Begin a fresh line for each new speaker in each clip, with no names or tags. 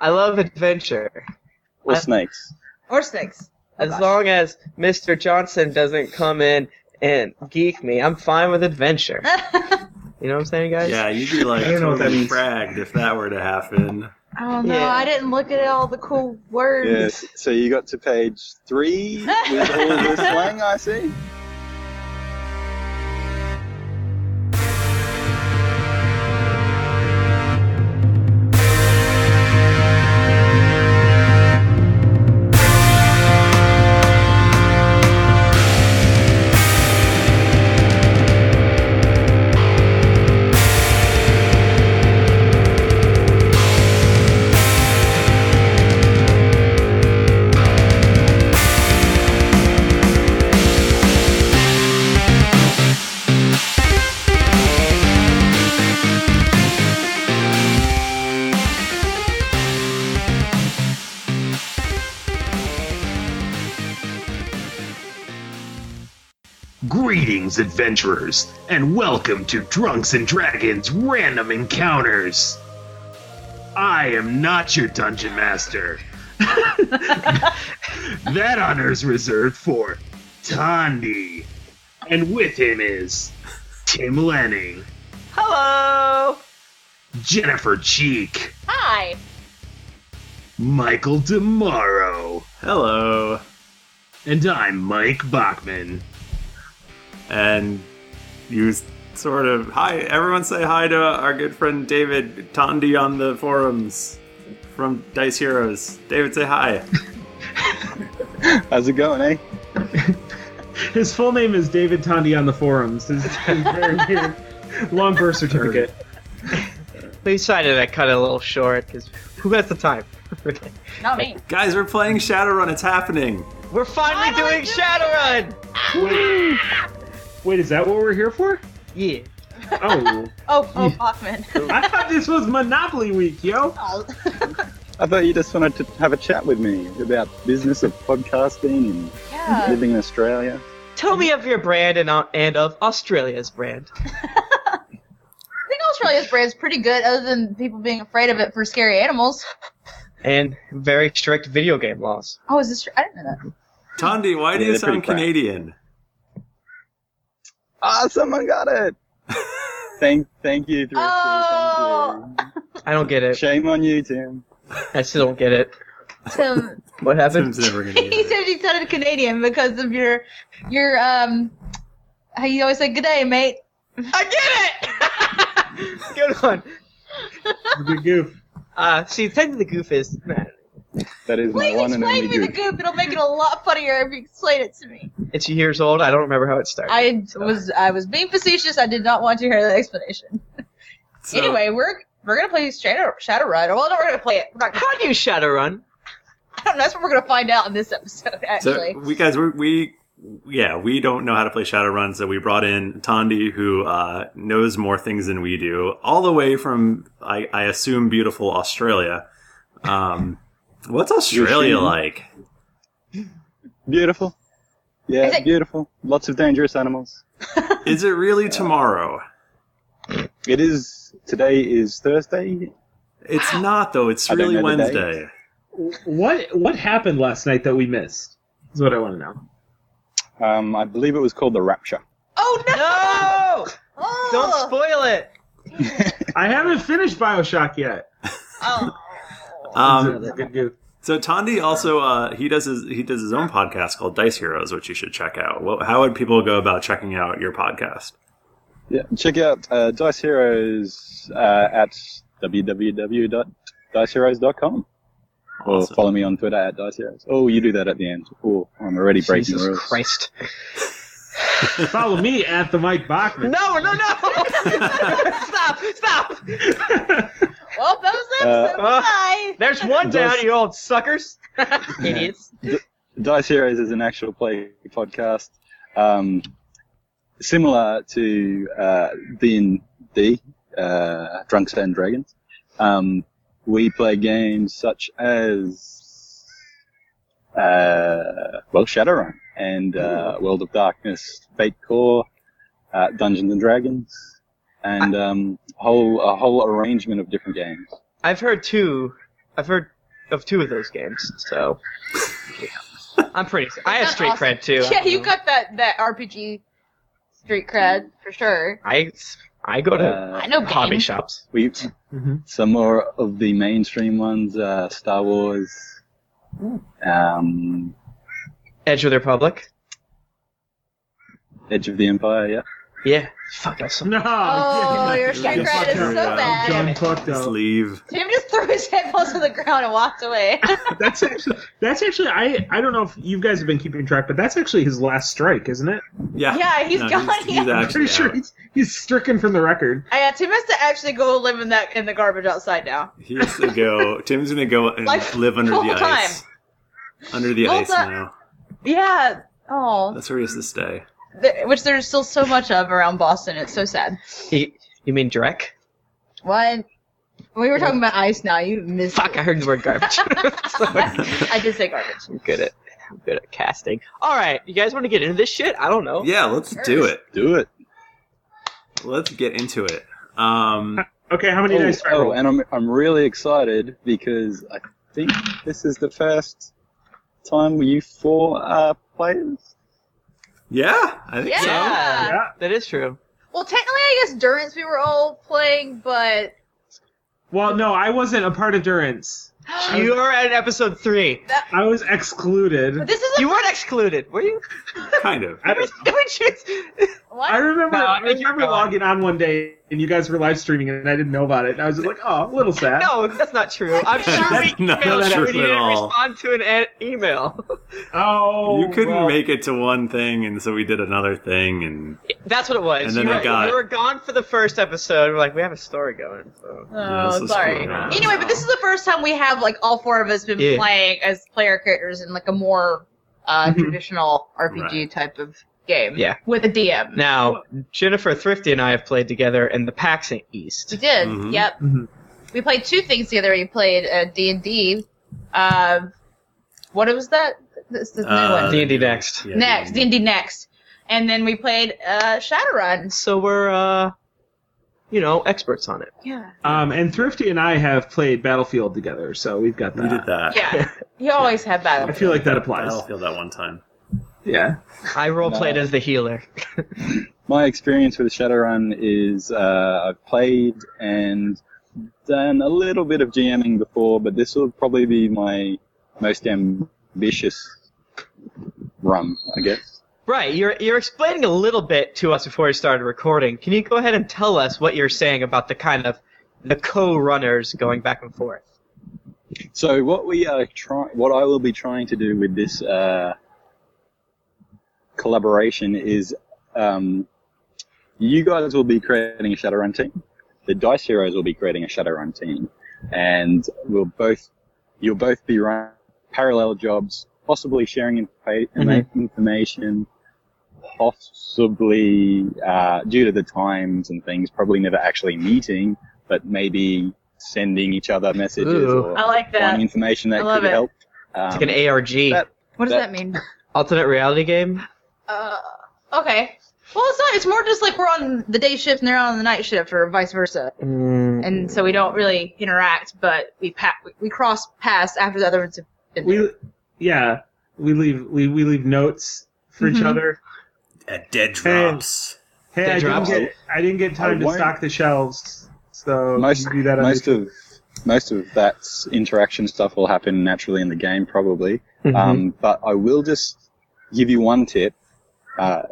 I love adventure.
Or
I-
snakes.
Or snakes. Oh,
As
gosh.
long as Mr. Johnson doesn't come in and geek me, I'm fine with adventure. You know what I'm saying, guys?
Yeah, you'd be like
I don't know what that
totally
means.
fragged if that were to happen.
I don't know.
Yeah.
I didn't look at all the cool words.
Yes. So you got to page three with all the slang I see.
Greetings, adventurers, and welcome to Drunks and Dragons Random Encounters. I am not your dungeon master. that honor is reserved for Tandy. And with him is Tim Lanning,
Hello.
Jennifer Cheek,
Hi.
Michael DeMauro,
Hello.
and I'm Mike Bachman.
And you s- sort of hi everyone say hi to our good friend David Tondi on the forums from Dice Heroes. David say hi.
How's it going, eh?
His full name is David Tandy on the forums. It's it's very weird. Long birth certificate.
We decided I cut it a little short because who has the time?
Not me.
Guys, we're playing Shadowrun, it's happening.
We're finally doing Shadowrun!
Wait, wait, is that what we're here for?
Yeah.
Oh,
Oh, oh, Bachman.
I thought this was Monopoly Week, yo.
Oh.
I thought you just wanted to have a chat with me about business of podcasting and
yeah.
living in Australia.
Tell me of your brand and, uh, and of Australia's brand.
I think Australia's brand's pretty good, other than people being afraid of it for scary animals.
And very strict video game laws.
Oh, is this? tr- I didn't know that.
Tondi, why do
Yeah,
you
they're pretty
sound
proud.
Canadian?
Ah, someone got it. thank, thank you, Thrifty.
Oh.
Thank
I don't get
you.
it.
Shame on you, Tim.
I still don't get it.
Tim,
What happened?
Tim's never gonna get
he
it.
said you sounded Canadian because of your, your um, how you always say "Good day, mate."
I get it! Good one.
Good goof.
Uh, see, technically, the goof is.
That is my
Please
one and only
explain me the
good.
goop. It'll make it a lot funnier if you explain it to me.
It's years old. I don't remember how it started.
I was I was being facetious. I did not want to hear the explanation.
So-
anyway, we're we're gonna play Shadow Shadowrun. Well, no, we're gonna play it. We're not gonna,
How do you Shadowrun?
I don't know. That's what we're gonna find out in this episode. Actually,
So we guys, we, we yeah, we don't know how to play Shadowrun, so we brought in Tondi, who uh, knows more things than we do, all the way from I, I assume beautiful Australia. Um, what's Australia
You're
like?
Beautiful.
Is
Yeah,
it-
beautiful. Lots of dangerous animals.
Is it really tomorrow?
It is. Today is Thursday.
It's not though. It's
I don't know
really
the
Wednesday.
What what happened last night that we missed? Is what I want to know.
Um, I believe it was called the Rapture.
oh no!
No!
Oh!
Don't spoil it!
I haven't finished Bioshock yet.
Oh.
Um,
good goof.
so Tondi also uh, he does his he does his own podcast called Dice Heroes, which you should check out. Well, how would people go about checking out your podcast?
Yeah, check out uh, Dice Heroes uh, at www.diceheroes.com. Or
Awesome.
follow me on Twitter at Dice Heroes. Oh, you do that at the end. Oh, I'm already breaking
Jesus
rules.
Christ.
Follow me at the Mike Bachman.
No, no, no! stop, stop!
Well, that was the episode.
Uh,
Bye.
There's one
Does-
down, you old suckers! Idiots.
Dice Heroes is an actual play podcast, um, similar to uh, D&D, uh, Drunks and Dragons. Um, we play games such as, uh, well, Shadowrun and uh, World of Darkness, Fate Core, uh, Dungeons and Dragons, and um, whole a whole arrangement of different games.
I've heard two I've heard of two of those games, so I'm pretty. I have
That's
street
awesome.
cred too.
Yeah, you got that that RPG street cred for sure.
I I go to
Uh,
I know
hobby
game.
shops.
we
Mhm.
some more of the mainstream ones: uh, Star Wars, um,
Edge of the Republic.
Edge of the Empire. Yeah,
Yeah. Fuck us.
No.
Oh, your street
Yes,
cred is so
fucker.
Yeah.
bad.
John fucked
Just
up.
leave.
Tim just threw his headphones to the ground and walked away.
That's actually that's actually I I don't know if you guys have been keeping track, but that's actually his last strike, isn't it?
Yeah.
Yeah, he's
No,
gone.
He's, he's
yeah.
I'm
actually
pretty sure
out.
he's, he's stricken from the record.
I got Tim has to actually go live in that in the garbage outside now.
He has to go. Tim's gonna go and
Like,
live under
full
the ice. Under the
Full
ice
time.
now.
Yeah. Oh,
That's where he has to stay.
Th- which there's still so much of around Boston. It's so sad.
You, you mean Drek?
What? We were talking about ice now. You missed.
Fuck! I heard the word garbage.
I did say garbage.
I'm good at I'm good at casting. All right, you guys want to get into this shit? I don't know.
Yeah, let's do it.
do it.
Let's get into it. Um,
Okay, how many
Oh,
dice do I
oh,
roll?
and I'm I'm really excited because I think this is the first time you four uh, players.
yeah, I think
Yeah.
Yeah.
Yeah.
That is true.
Well, technically, I guess Durance we were all playing, but
Well, no, I wasn't a part of Durance.
You are at episode three.
I was
but
excluded.
this is a
You weren't excluded, were you?
kind of.
I,
Did we choose-
what?
I remember
No, I
I
think you're
remember
gone.
logging on one day and you guys were live streaming and I didn't know about it. And I was just like, oh, a little sad.
No, that's not true. I'm sure we
That's not
emailed you
true
and you
at
didn't
all.
respond to an e- email.
Oh,
You couldn't
well.
make it to one thing, and so we did another thing, and
That's what it was.
And then
you,
I
were,
got-
you were gone for the first episode. We're like, we have a story going. So.
Yeah, this
Oh,
is
sorry.
cool.
Anyway, but this is the first time we have like all four of us been
Yeah.
playing as player characters in like a more uh,
Mhm.
Mm-hmm.
traditional RPG type of game.
Yeah.
With a DM.
Now, Jennifer Thrifty and I have played together in the PAX East.
we did.
Mhm.
Yep.
Mhm.
We played two things together. We played uh, D and D. um, What was that? This is the
Uh,
new one.
D&D next.
yeah,
next D
yeah.
and D next, and then we played uh, Shadowrun.
So we're, uh, you know, experts on it.
Yeah.
Um, and Thrifty and I have played Battlefield together, so we've got that.
we did that.
Yeah. You always have
I
battle.
feel like that applies.
Battlefield that one time.
Yeah.
I role played
No.
as the healer.
My experience with Shadowrun is uh, I've played and done a little bit of GMing before, but this will probably be my most ambitious run, I guess.
Right, you're you're explaining a little bit to us before we started recording. Can you go ahead and tell us what you're saying about the kind of the co-runners going back and forth?
So what we are trying, what I will be trying to do with this uh, collaboration is, um, you guys will be creating a Shadowrun team. The Dice Heroes will be creating a Shadowrun team, and we'll both, you'll both be running parallel jobs, possibly sharing infa-
Mhm.
information, possibly uh, due to the times and things, probably never actually meeting, but maybe sending each other messages
Ooh.
or
I like
finding
that.
information that
I love
could
it.
help.
It's
Um,
like an ARG,
that-
What does
that-
that mean?
alternate reality game.
Uh, okay. Well, it's not. It's more just like we're on the day shift and they're on the night shift, or vice versa. And so we don't really interact, but we pa- we cross paths after the other ones have been. there.
We, yeah, we leave we, we leave notes for each
Mhm.
other.
At dead drops.
Hey,
That
I didn't,
drops.
get, I didn't get
I
time to
won't-
stock the shelves, so
most
you do that. on
most
the-
of most of that interaction stuff will happen naturally in the game, probably.
Mm-hmm.
Um, but I will just give you one tip: uh,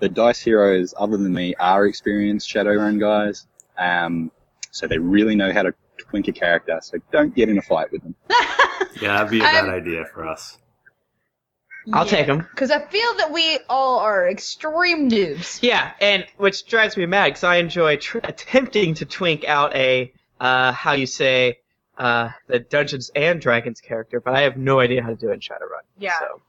the dice heroes, other than me, are experienced Shadowrun guys, um, so they really know how to twink a character. So don't get in a fight with them.
Yeah, that'd be a bad
I'm-
idea for us.
I'll take them.
Because I feel that we all are extreme noobs.
Yeah, and which drives me mad because I enjoy tr- attempting to twink out a uh, how you say uh, the Dungeons and Dragons character, but I have no idea how to do it in Shadowrun.
Yeah.
So.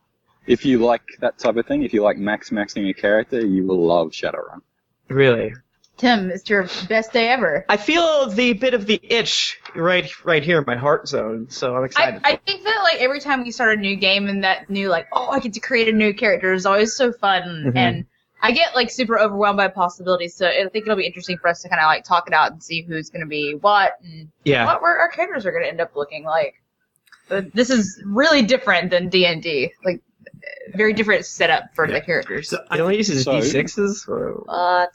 If you like that type of thing, if you like max maxing a character, you will love Shadowrun.
Really,
Tim, it's your best day ever.
I feel the bit of the itch right right here in my heart zone, so I'm
I,
excited.
I think that like every time we start a new game and that new like oh I get to create a new character is always so fun
Mhm.
and I get like super overwhelmed by possibilities so I think it'll be interesting for us to kind of like talk it out and see who's gonna be what and
yeah,
what where our characters are gonna end up looking like. uh, this is really different than D and D. Like, uh, very different setup for
Yeah.
the characters.
So
It only uses
So-
d6s. Or...
But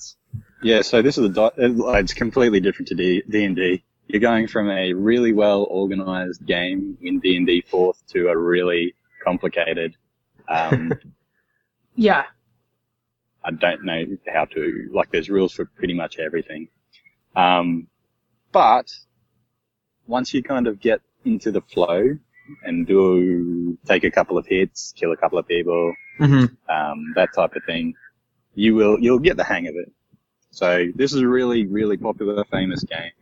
Yeah, so this is a di- it's completely different to D and D. You're going from a really well organized game in D and D fourth to a really complicated. Um,
yeah,
I don't know how to like. There's rules for pretty much everything. Um, but once you kind of get into the flow and do take a couple of hits, kill a couple of people,
Mhm.
um, that type of thing, you will you'll get the hang of it. So this is a really really popular, famous game.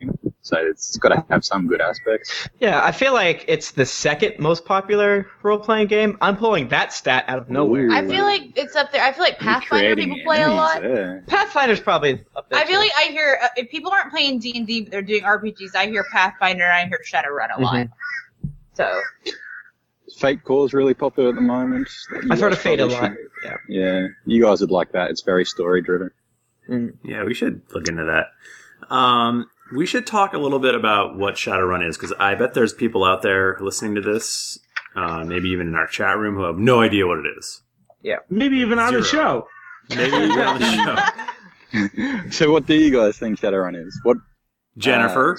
So it's got to have some good aspects.
Yeah, I feel like it's the second most popular role playing game. I'm pulling that stat out of nowhere.
I feel like it's up there. I feel like
You're
Pathfinder
uh, creating
people play a
enemies
lot.
there.
Pathfinder's probably up there.
I feel
too.
like I hear uh, if people aren't playing D and D, but they're doing RPGs. I hear Pathfinder. and I hear Shadowrun a lot. So
Fate Core is really popular at the moment.
I've heard of Fate a
Publishing.
lot. Yeah.
Yeah, you guys would like that. It's very story driven.
Yeah, we should look into that. Um, we should talk a little bit about what Shadowrun is because I bet there's people out there listening to this, uh, maybe even in our chat room, who have no idea what it is.
Maybe even on the
Zero.
show.
Maybe even on the show.
so, what do you guys think Shadowrun is? What uh,
Jennifer,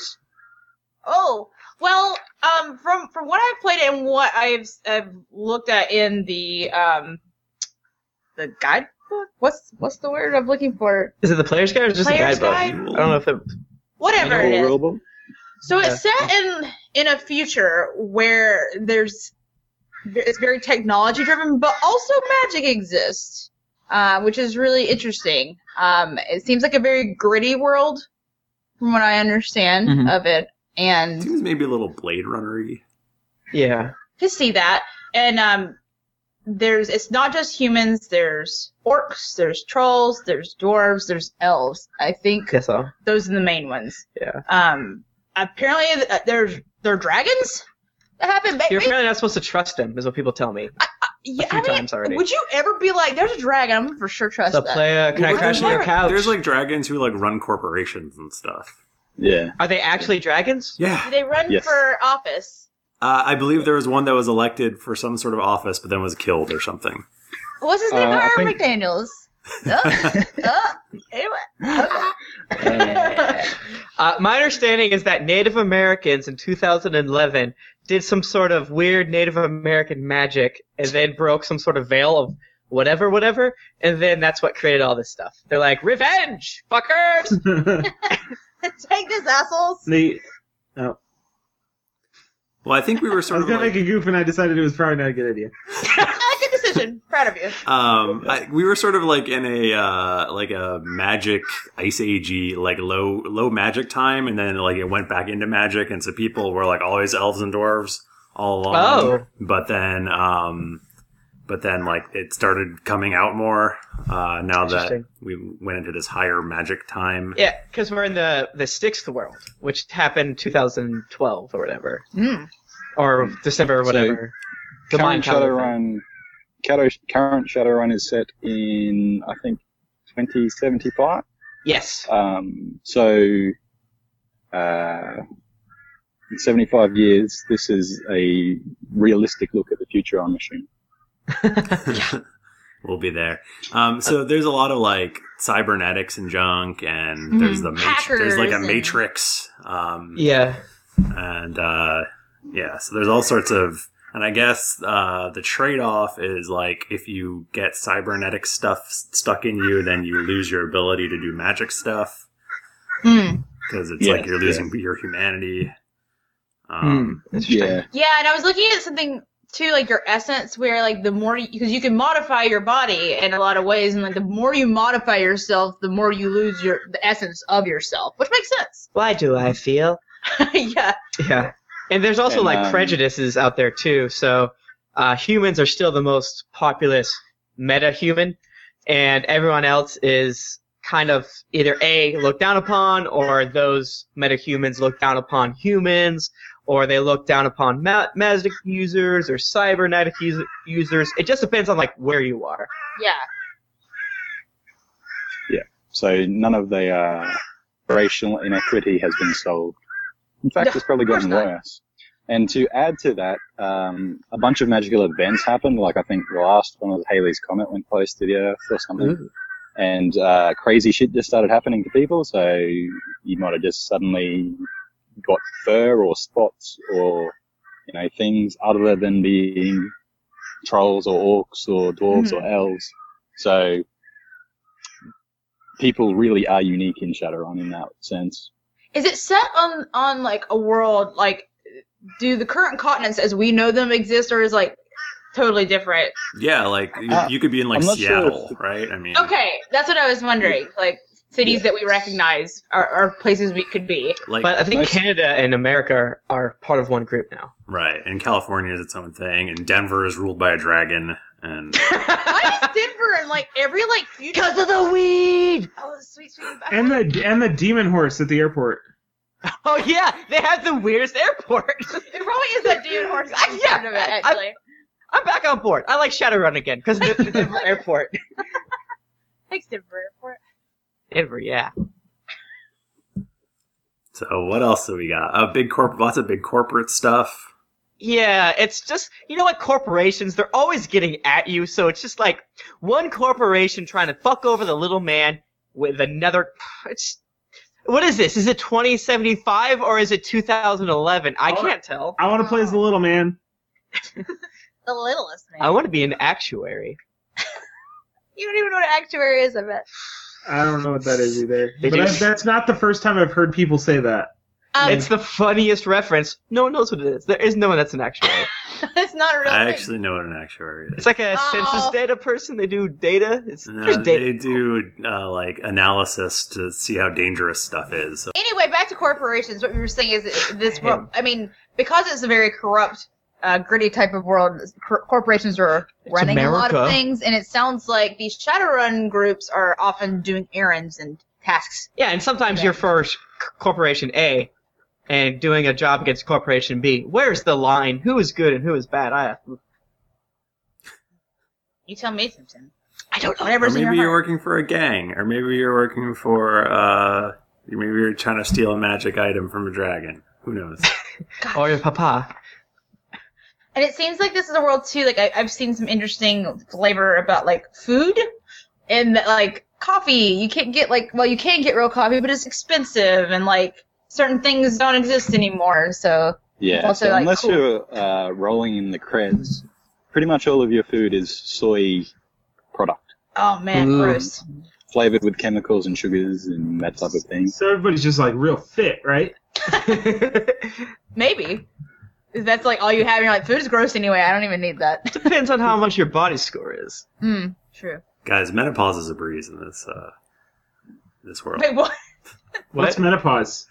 Oh well, um, from from what I've played and what I've I've looked at in the um, the guidebook. What's what's the word I'm looking for?
Is it the player's guide or just
Player's
the guidebook?
guide?
I don't know if it.
Whatever
Full
it is.
rulebook?
So it's set in in a future where there's it's very technology driven, but also magic exists, uh, which is really interesting. Um, it seems like a very gritty world, from what I understand
Mhm.
of it, and
seems maybe a little Blade Runnery.
Yeah.
could see that. And um, there's it's not just humans. There's orcs. There's trolls. There's dwarves. There's elves. I think
Guess so.
those are the main ones.
Yeah.
Um. Apparently, th- uh, there's there are dragons that happen. Ba-
You're
ba-
apparently not supposed to trust him, is what people tell me.
yeah,
few
I mean,
times already.
Would you ever be like, there's a dragon? I'm for sure trust
So
that.
player, can I
Well,
crash on your
there's-
couch?
There's like dragons who like run corporations and stuff.
Yeah.
Are they actually dragons?
Yeah,
They run
Yes.
for office.
uh, I believe there was one that was elected for some sort of office, but then was killed or something.
What's his name?
Uh, I
Hiram
think-
McDaniel's. Uh, uh, anyway.
Uh,
Uh,
my understanding is that Native Americans in 2011 did some sort of weird Native American magic and then broke some sort of veil of whatever, whatever, and then that's what created all this stuff. They're like, revenge, fuckers!
Take this, assholes.
they,
Well, I think we were
I
sort
was
of
gonna
like,
make a goof, and I decided it was probably not a good idea.
Good decision. Proud of you.
um, I, we were sort of like in a uh, like a magic ice agey like low low magic time, and then like it went back into magic, and so people were like always elves and dwarves all along.
Oh.
But then, um, but then like it started coming out more uh, now that
Interesting.
we went into this higher magic time.
Yeah, because we're in the, the sixth world, which happened 2012 or whatever,
Hmm.
or December or
So,
whatever. the
current
mind counter thing.
Shadowrun, Shadow, current Shadowrun is set in I think 2075.
Yes.
Um, so, uh, in 75 years, this is a realistic look at the future. I'm assuming.
we'll be there. Um,
Uh,
so there's a lot of like cybernetics and junk, and
hmm,
there's the mat- there's like
Hackers
a
and-
matrix. Um,
Yeah.
and uh, yeah, so there's all sorts of, and I guess uh, the trade-off is like if you get cybernetic stuff s- stuck in you, then you lose your ability to do magic stuff
Hmm.
because it's
Yeah,
like you're losing your humanity. Um,
Hmm, Interesting.
Yeah, and I was looking at something too, like your essence, where like the more because you can modify your body in a lot of ways, and like the more you modify yourself, the more you lose your the essence of yourself, which makes sense.
Why do I feel
yeah,
Yeah. And there's also
And,
like
um,
prejudices out there too. So uh, humans are still the most populous meta human, and everyone else is kind of either A, looked down upon, or those meta humans look down upon humans, or they look down upon ma- Mazda users or cybernetic us- users. It just depends on like where you are.
yeah.
So none of the uh, racial inequity has been solved. In fact,
No,
it's probably
of course
gotten
not.
worse. And to add to that, um, a bunch of magical events happened. Like I think the last one was Haley's comet went close to the Earth or something,
Mm.
and uh, crazy shit just started happening to people. So you might have just suddenly got fur or spots or you know things other than being trolls or orcs or dwarves
Hmm.
or elves. So people really are unique in Shadowrun in that sense.
Is it set on on like a world like do the current continents as we know them exist or is like totally different?
Yeah, like you,
Uh,
you could be in like
I'm not sure
Seattle, right? I mean,
Okay, that's what I was wondering. Like cities that we recognize are, are places we could be.
like
But I think
Nice.
Canada and America are, are part of one group now.
right. And California is its own thing, and Denver is ruled by a dragon, and
Why is Denver in like every like future?
Because of the weed.
Oh, sweet, sweet.
And the and the demon horse at the airport.
Oh yeah, they have the weirdest airport.
There probably is that dude horse.
I- yeah,
part of it,
I-
actually.
I'm back on board. I like Shadowrun again because the, the Denver airport.
Thanks, Denver Airport.
Denver, yeah.
so what else do we got? Uh, big corp, lots of big corporate stuff.
Yeah, it's just you know what corporations they're always getting at you, so it's just like one corporation trying to fuck over the little man with another it's what is this? Is it 2075 or is it 2011? I
Oh.
can't tell.
I want to play as the little man.
The littlest man.
I want to be an actuary.
You don't even know what an actuary is, I bet.
I don't know what that is either.
They
but
do-
I- that's not the first time I've heard people say that.
Um,
it's
it's,
the funniest reference. No one knows what it is. There is no one that's an actuary.
not a real
I
thing.
actually know what an actuary is.
It's like a
Oh.
census data person. They do data. It's
No,
there's data.
they do uh, like analysis to see how dangerous stuff is. So,
Anyway, back to corporations. What we were saying is that this world. I mean, because it's a very corrupt, uh, gritty type of world, cor- corporations are running a lot of
America.
things, and it sounds like these Shadowrun groups are often doing errands and tasks.
Yeah, and sometimes you're for sh- corporation A and doing a job against corporation B. Where's the line? Who is good and who is bad? I
You tell me something.
I don't know.
or
Whatever's in your
maybe you're
heart.
working for a gang, or maybe you're working for uh, maybe you're trying to steal a magic item from a dragon. Who knows? Oh,
Or your papa.
And it seems like this is a world too. Like I, I've seen some interesting flavor about like food, and that, like coffee. You can't get like well, you can get real coffee, but it's expensive, and like certain things don't exist anymore. So
Yeah.
Also,
so
like,
unless
cool.
you're uh, rolling in the creds, pretty much all of your food is soy product,
oh man,
Ooh.
gross.
flavored with chemicals and sugars and that type of thing.
So everybody's just like real fit, right?
Maybe. If that's like all you have, you're like, food is gross anyway, I don't even need that.
Depends on how much your body score is.
Hmm, true.
Guys, menopause is a breeze in this uh, this world.
Wait, what?
What's menopause?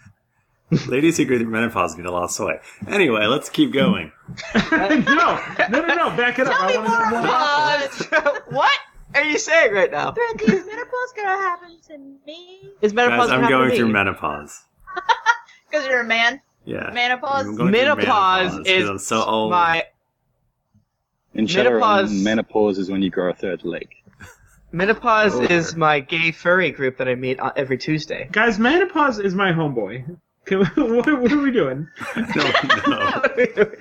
Ladies who go through menopause need a lot of soy. Anyway, let's keep going.
no, no, no, no. Back it up.
Tell me
I
more
want to know more.
about
what are you saying right now?
Is menopause gonna happen to me?
Is menopause?
Guys, I'm
gonna
going
happen to
through
me?
menopause.
Because you're a man.
Yeah. I'm
Menopause.
going through
Menopause
'cause
is
I'm so old.
My
In Shadowrun,
Menopause-
menopause is when you grow a third leg.
menopause
Oh.
is my gay furry group that I meet on every Tuesday.
Guys, menopause is my homeboy. Can we- what, what are we doing?
no, no.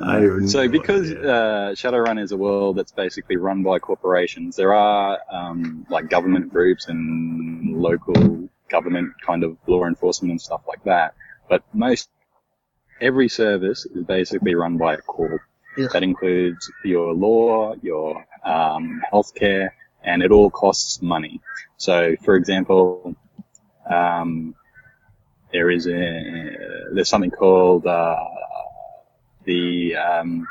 I have
So
no
because
idea.
uh, Shadowrun is a world that's basically run by corporations, there are um, like government groups and local government kind of law enforcement and stuff like that. But most every service is basically run by a corp.
Ugh.
That includes your law, your um, healthcare, and it all costs money. So, for example, um, there is a there's something called uh, the um,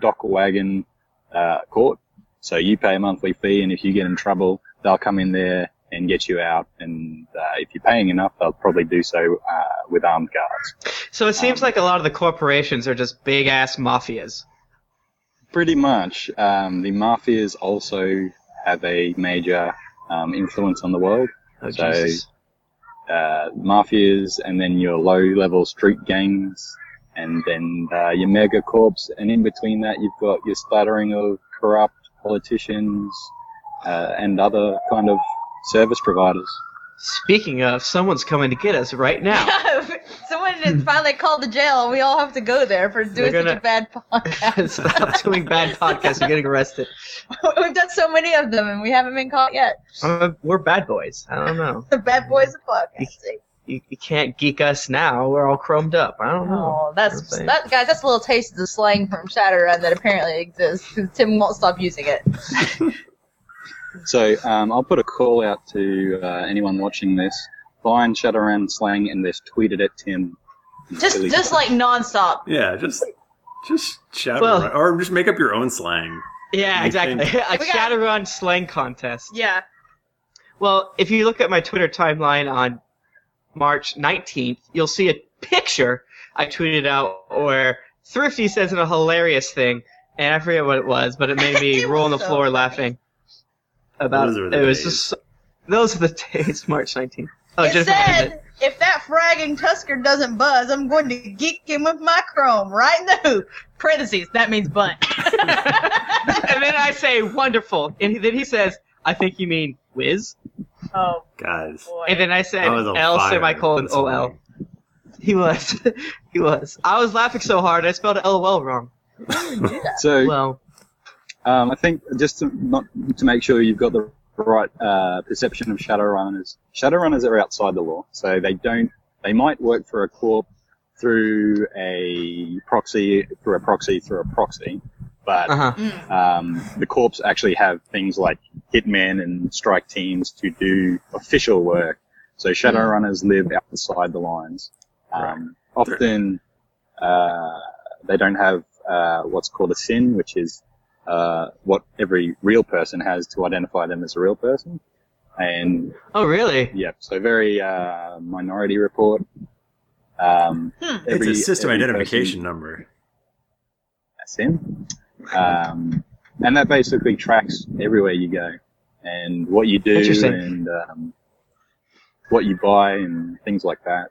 dock wagon uh, court. So you pay a monthly fee, and if you get in trouble, they'll come in there and get you out. And uh, if you're paying enough, they'll probably do so uh, with armed guards.
So it seems
Um,
like a lot of the corporations are just big ass mafias.
Pretty much, um, the mafias also have a major um, influence on the world.
Oh,
So-
Jesus.
uh, mafias, and then your low-level street gangs, and then uh, your mega corps, and in between that you've got your splattering of corrupt politicians uh, and other kind of service providers.
Speaking of, someone's coming to get us right now.
Yeah, Someone has finally called the jail, and we all have to go there for
Hmm. They're
doing such a
gonna-
bad podcast.
Stop doing bad podcasts. You're getting arrested.
We've done so many of them, and we haven't been caught yet.
Uh, we're bad boys. I don't know.
The bad boys of podcasting.
You, you can't geek us now. We're all chromed up. I don't know.
Oh, that's
Insane.
that guys. That's a little taste of the slang from Shadowrun that apparently exists because Tim won't stop using it.
So um, I'll put a call out to uh, anyone watching this. Find Shadowrun slang and just tweet it at Tim.
Just
Silly.
just like nonstop.
Yeah, just just shout
Well-
around- or just make up your own slang.
Yeah,
You
exactly. a
We got-
Shadowrun slang contest.
Yeah.
Well, if you look at my Twitter timeline on March 19th, you'll see a picture I tweeted out where Thrifty says in a hilarious thing, and I forget what it was, but it made me
It
roll on
was
the
so
floor laughing. About
Those were the
it was
days.
just those are the days, March 19th. Oh,
it
Jennifer has
said, if that fragging Tusker doesn't buzz, I'm going to geek him with my chrome right in the hoop. Parentheses, that means bunt.
it. and then I say wonderful, and he, then he says, "I think you mean whiz,"
oh
Guys.
boy.
and then I said
I was on
L
fire
semicolon
this
O L.
morning.
He was, he was. I was laughing so hard I spelled LOL wrong.
So
Well.
Um, I think just to, not, to make sure you've got the right uh, perception of Shadowrunners. Shadowrunners are outside the law, so they don't. They might work for a corp through a proxy, through a proxy, through a proxy, but
Uh-huh.
Mm.
um, the corps actually have things like hitmen and strike teams to do official work. So Shadowrunners live outside the lines. Um, Often uh, they don't have uh, what's called a sin, which is uh, what every real person has to identify them as a real person. And
Oh, really?
yeah, so very uh, minority report. Um,
Hmm.
every-
it's a system
every
identification
person-
number.
that's him. Um, and that basically tracks everywhere you go and what you do
Interesting.
and um, what you buy and things like that.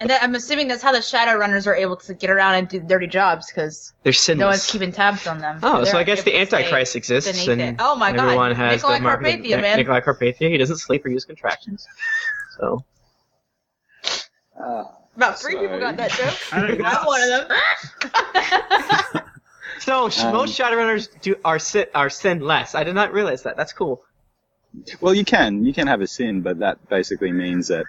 And that, I'm assuming that's how the shadow runners are able to get around and do dirty jobs because
They're sinless.
no one's keeping tabs on them.
oh, so
They're
I guess the
able to stay
Antichrist exists,
beneath
and
it. Oh my god,
everyone has
Nikolai
the mark of the-
Carpathia, man.
Nikolai Carpathia. He doesn't sleep or use contractions. So
Uh,
About three people got that joke. I'm one of them.
So sh
Um,
most Shadowrunners do are sin are sinless. I did not realize that. That's cool.
well, you can you can have a sin, but that basically means that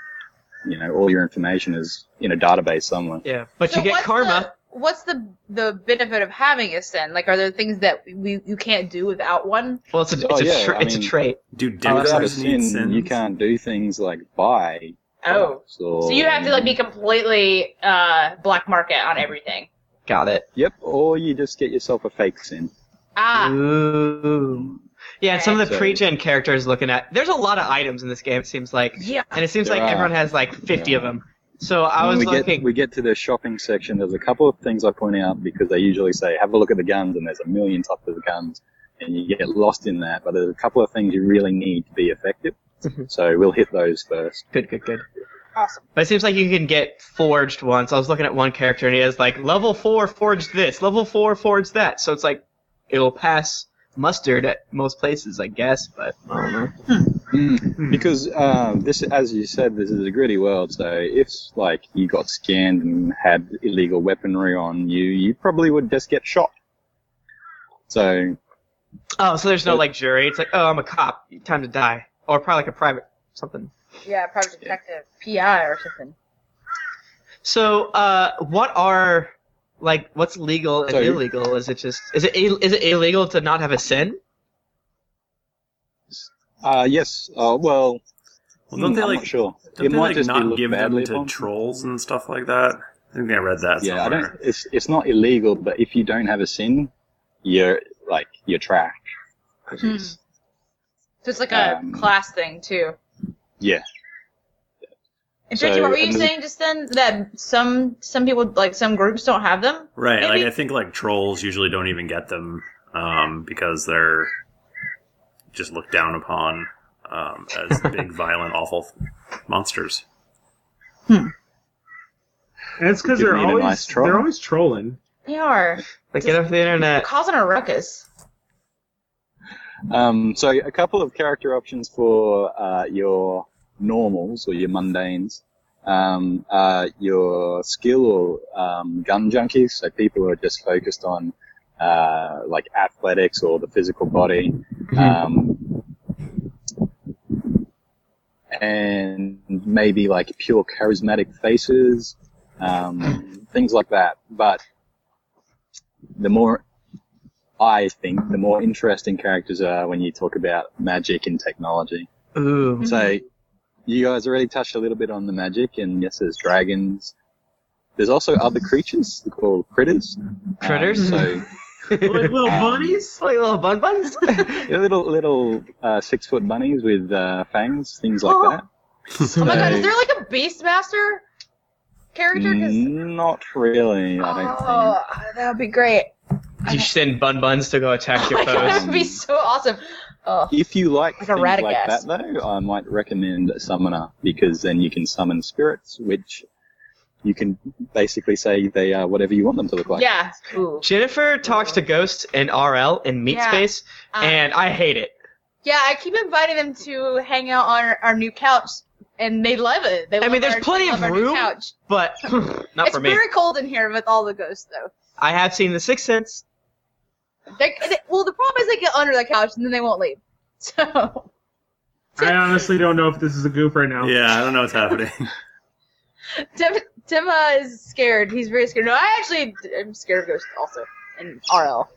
you know all your information is in a database somewhere.
Yeah, but
So
you get
what's
karma.
The, what's the the benefit of having a sin? Like, are there things that we you can't do without one?
Well, it's a
Oh,
it's, a,
yeah,
tra-
I
it's a
mean-
trait.
Do
Without a
dentisters need
sin,
sins?
you can't do things like buy. products or-
Oh. so you have to like be completely uh, black market on everything.
Got it.
Yep, or you just get yourself a fake sin.
Ah,
Ooh. Yeah, and some of the
Right.
pre-gen characters looking at. There's a lot of items in this game. It seems like,
yeah.
and it seems
There
like
are.
everyone has like 50 of them. So I
When
was
we
looking.
get, we get to the shopping section. There's a couple of things I point out because they usually say, "Have a look at the guns," and there's a million types of guns, and you get lost in that. But there's a couple of things you really need to be effective,
Mhm.
so we'll hit those first.
good, good, good.
Awesome.
But it seems like you can get forged once. I was looking at one character and he has like level four forged this, level four forged that. So it's like it'll pass mustard at most places, I guess. But I don't know. Mm.
Because um, this, as you said, this is a gritty world. So if like you got scanned and had illegal weaponry on you, you probably would just get shot. So
Oh, so there's no like jury. It's like oh, I'm a cop, time to die, or probably like a private something.
Yeah, private detective, PI or something.
So uh, what are like what's legal and
So-
illegal? Is it just is it ill- is it illegal to not have a sin?
uh, yes, uh, well,
Well, don't
hmm,
they
I'm
like
not sure.
don't they like
be
not
looked
give them
badly
to
upon.
trolls and stuff like that? I think I read that
yeah, I
somewhere.
don't. It's it's not illegal, but if you don't have a sin, you're like you're trash.
Hmm. So it's like a
Um,
class thing too.
Yeah.
And
So,
Jackie, what were
I
you
mean-
saying just then? That some some people like some groups don't have them.
Right.
Maybe-
Like I think like trolls usually don't even get them um, because they're just looked down upon um, as big, violent, awful monsters.
And it's because
Give
they're
me the
always
nice troll.
they're always trolling.
They are
Like get off the internet.
causing a ruckus.
Um, so a couple of character options for uh, your normals or your mundanes. um, are your skill or um, gun junkies. So people who are just focused on uh, like athletics or the physical body. Um, and maybe like pure charismatic faces, um, things like that. But the more I think, the more interesting characters are when you talk about magic and technology.
Ooh.
Mm-hmm.
So you guys already touched a little bit on the magic, and yes, there's dragons. There's also other creatures called critters. Um,
Critters?
so
Like little
Um,
bunnies?
Like little bun buns?
yeah, little little uh, six foot bunnies with uh, fangs, things like
Oh.
that.
Oh my god,
So-
is there like a Beastmaster character? 'Cause-
Mm, Not really, I don't
oh, that would be great.
you send bun buns to go attack
Oh
your
my god,
foes.
that would be so awesome. Oh,
think. If you like,
Like a
things like
Radagast.
that, though, I might recommend a summoner because then you can summon spirits, which you can basically say they are whatever you want them to look like.
yeah. Ooh.
Jennifer talks to Ghost and RL in Meat
Yeah.
Space,
Um,
and I hate it.
yeah, I keep inviting them to hang out on our, our new couch, and they love it. They
mean,
love
there's
our-
plenty
they
of
love our new
room.
couch.
But not
it's
for me.
very cold in here with all the ghosts, though.
I have seen The Sixth Sense.
They, they, well, the problem is they get under the couch and then they won't leave. So
I honestly don't know if this is a goof right now.
Yeah, I don't know what's happening.
Tim, Tim uh, is scared. He's very scared. No, I actually am scared of ghosts also, and RL.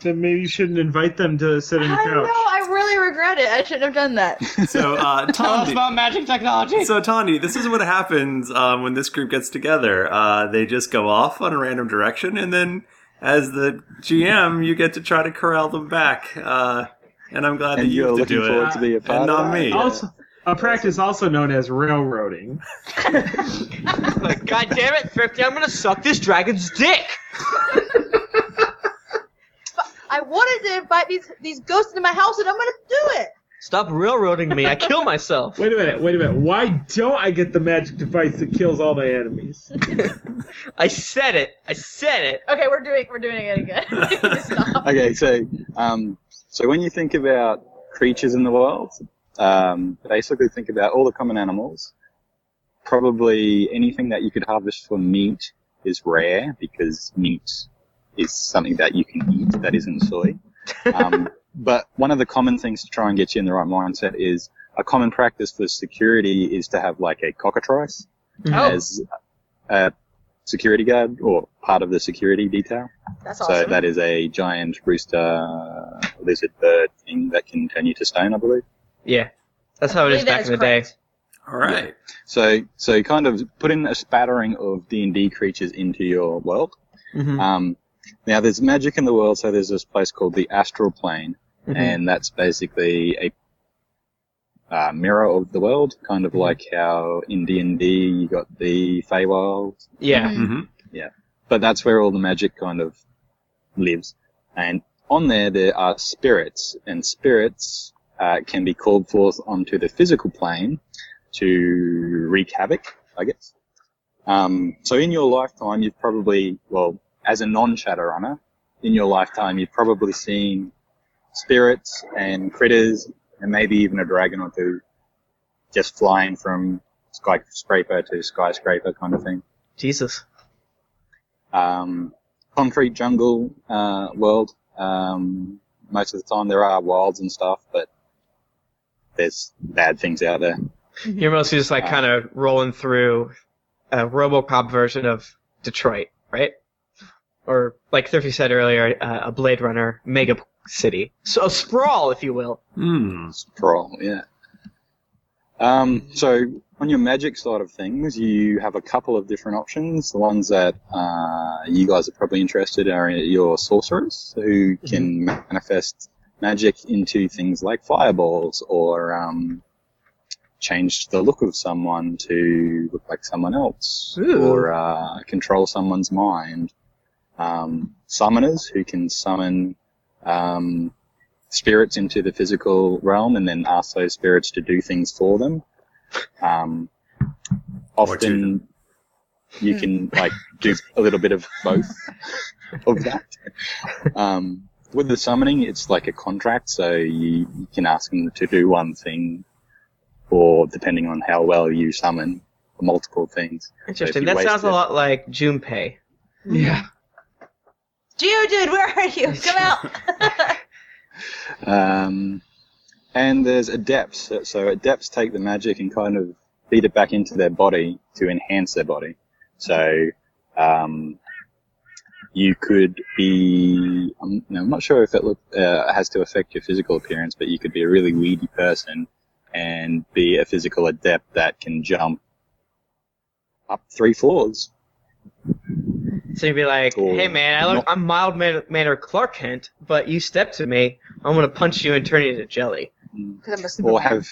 Then maybe you shouldn't invite them to sit
I
on the
know.
couch.
I really regret it. I shouldn't have done that.
So, uh, Tandy,
magic technology.
so Tandy, this is what happens um, when this group gets together. Uh, they just go off on a random direction, and then as the GM, you get to try to corral them back. Uh, and I'm glad
And
that you
you're
have to
looking
do
forward
it.
to be a part
and
of
not
that?
me.
Oh,
Also, a practice also known as railroading.
like, God damn it, Thrifty, I'm gonna suck this dragon's dick!
I wanted to invite these these ghosts into my house, and I'm gonna do it.
Stop railroading me, I kill myself.
Wait a minute, wait a minute. Why don't I get the magic device that kills all my enemies?
I said it, I said it.
Okay, we're doing we're doing it again. Stop.
Okay, so um, so when you think about creatures in the wild, um, basically think about all the common animals. Probably anything that you could harvest for meat is rare because meat is something that you can eat that isn't soy. Um, but one of the common things to try and get you in the right mindset is a common practice for security is to have like a cockatrice
Oh,
as a security guard or part of the security detail.
That's
So
awesome.
that is a giant rooster uh, lizard bird thing that can turn you to stone, I believe.
Yeah, that's how it is
That
back
is
in the
correct.
day.
All right.
So so kind of putting a spattering of D and D creatures into your world.
Mhm.
Um, now there's magic in the world, so there's this place called the astral plane,
Mhm.
and that's basically a uh, mirror of the world, kind of like how in D and D you got the Feywild,
Yeah.
hmm
but that's where all the magic kind of lives. And on there, there are spirits, and spirits uh, can be called forth onto the physical plane to wreak havoc, I guess. Um, so in your lifetime, you've probably, well, as a non-Shadowrunner, in your lifetime, you've probably seen spirits and critters, and maybe even a dragon or two, just flying from skyscraper to skyscraper kind of thing
Jesus.
um, concrete jungle uh, world. Um, most of the time, there are wilds and stuff, but there's bad things out there.
You're mostly just like
Uh,
kind of rolling through a Robocop version of Detroit, right? Or like Thrifty said earlier, uh, a Blade Runner mega city. So a sprawl, if you will.
Hmm.
Sprawl, yeah. Um, so on your magic side of things, you have a couple of different options. The ones that uh, you guys are probably interested are your sorcerers, who can manifest magic into things like fireballs or um, change the look of someone to look like someone else,
Ooh.
or uh, control someone's mind. Um, summoners who can summon um, spirits into the physical realm and then ask those spirits to do things for them. Um,
Or to
often you can like do a little bit of both of that. Um, with the summoning, it's like a contract, so you, you can ask them to do one thing, or depending on how well you summon, multiple things.
Interesting.
you
That
waste
sounds a
it-
lot like Junpei.
Yeah.
Geodude, where are you? Come out.
Um, and there's adepts. So adepts take the magic and kind of feed it back into their body to enhance their body. So um, you could be. I'm, no, I'm not sure if it look, uh, has to affect your physical appearance, but you could be a really weedy person and be a physical adept that can jump up three floors.
So you'd be like,
Or
"Hey man, I look,
not-
I'm mild man- mannered Clark Kent, but you step to me, I'm gonna punch you and turn you to jelly."
Because I'm a
or
superman.
have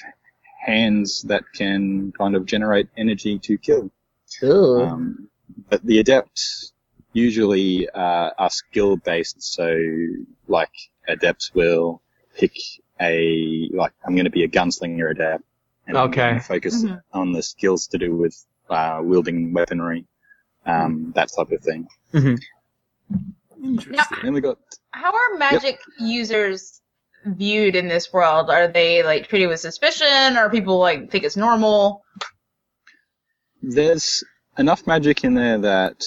hands that can kind of generate energy to kill. Um, but the adepts usually uh, are skill based, so like adepts will pick a like I'm going to be a gunslinger adept, and I'm
Okay.
gonna focus
Mhm.
on the skills to do with uh, wielding weaponry, um, that type of thing.
Interesting.
Then we got
How are magic users viewed in this world? Are they like treated with suspicion? Or people like think it's normal?
there's enough magic in there that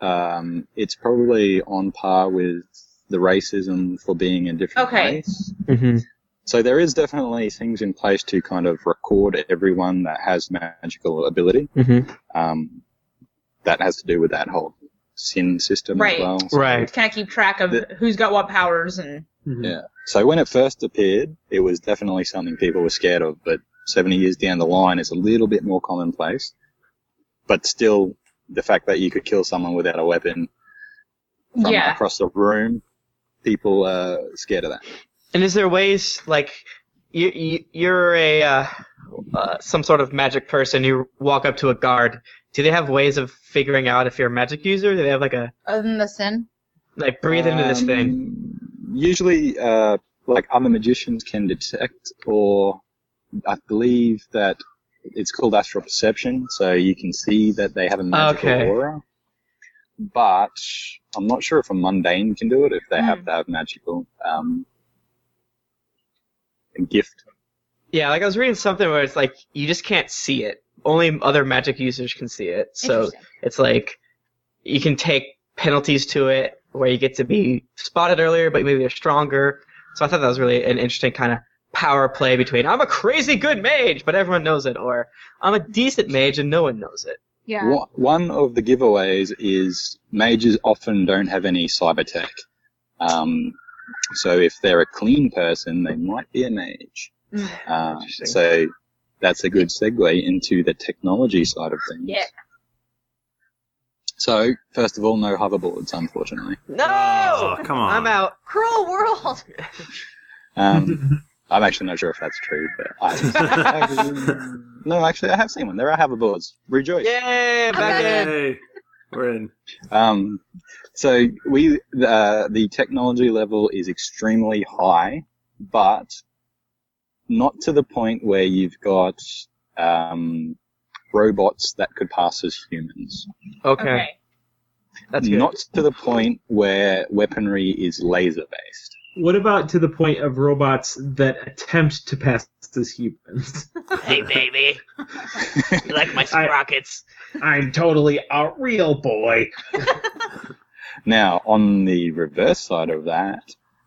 um, it's probably on par with the racism for being a different
Okay.
race.
Mm-hmm.
So there is definitely things in place to kind of record everyone that has magical ability.
Mhm.
Um, that has to do with that whole sin system
Right.
as well.
Right.
Kind of keep track of
The-
who's got what powers and
So when it first appeared, it was definitely something people were scared of, but 70 years down the line, it's a little bit more commonplace. But still, the fact that you could kill someone without a weapon from
yeah.
across the room, people are scared of that.
And is there ways like you, you you're a uh, uh, some sort of magic person? You walk up to a guard. Do they have ways of figuring out if you're a magic user? Do they have like a
Other than the sin.
like breathe into this
Um,
thing?
Usually, uh, like other magicians can detect, or I believe that it's called astral perception, so you can see that they have a magical
Okay.
aura. But I'm not sure if a mundane can do it, if they
Hmm.
have to have magical um, gift.
Yeah, like I was reading something where it's like you just can't see it. Only other magic users can see it. So
Interesting.
it's like you can take penalties to it where you get to be spotted earlier, but maybe you're stronger. So I thought that was really an interesting kind of power play between I'm a crazy good mage, but everyone knows it, or I'm a decent mage and no one knows it.
Yeah.
Wha- One of the giveaways is mages often don't have any cyber tech. Um, so if they're a clean person, they might be a mage.
Mm.
Uh,
Interesting.
so that's a good segue into the technology side of things.
Yeah.
So first of all, no hoverboards, unfortunately.
No!
Uh,
Oh, come on.
I'm out.
Cruel world.
Um, I'm actually not sure if that's true, but I, no, actually, I have seen one. There are hoverboards. Rejoice.
Yay, back in.
Yay. We're in.
Um, so we uh, the technology level is extremely high, but not to the point where you've got um, robots that could pass as humans.
Okay,
Okay.
that's good.
Not to the point where weaponry is laser based.
What about to the point of robots that attempt to pass as humans?
hey, baby. you like my sprockets?
I'm totally a real boy.
Now, on the reverse side of that,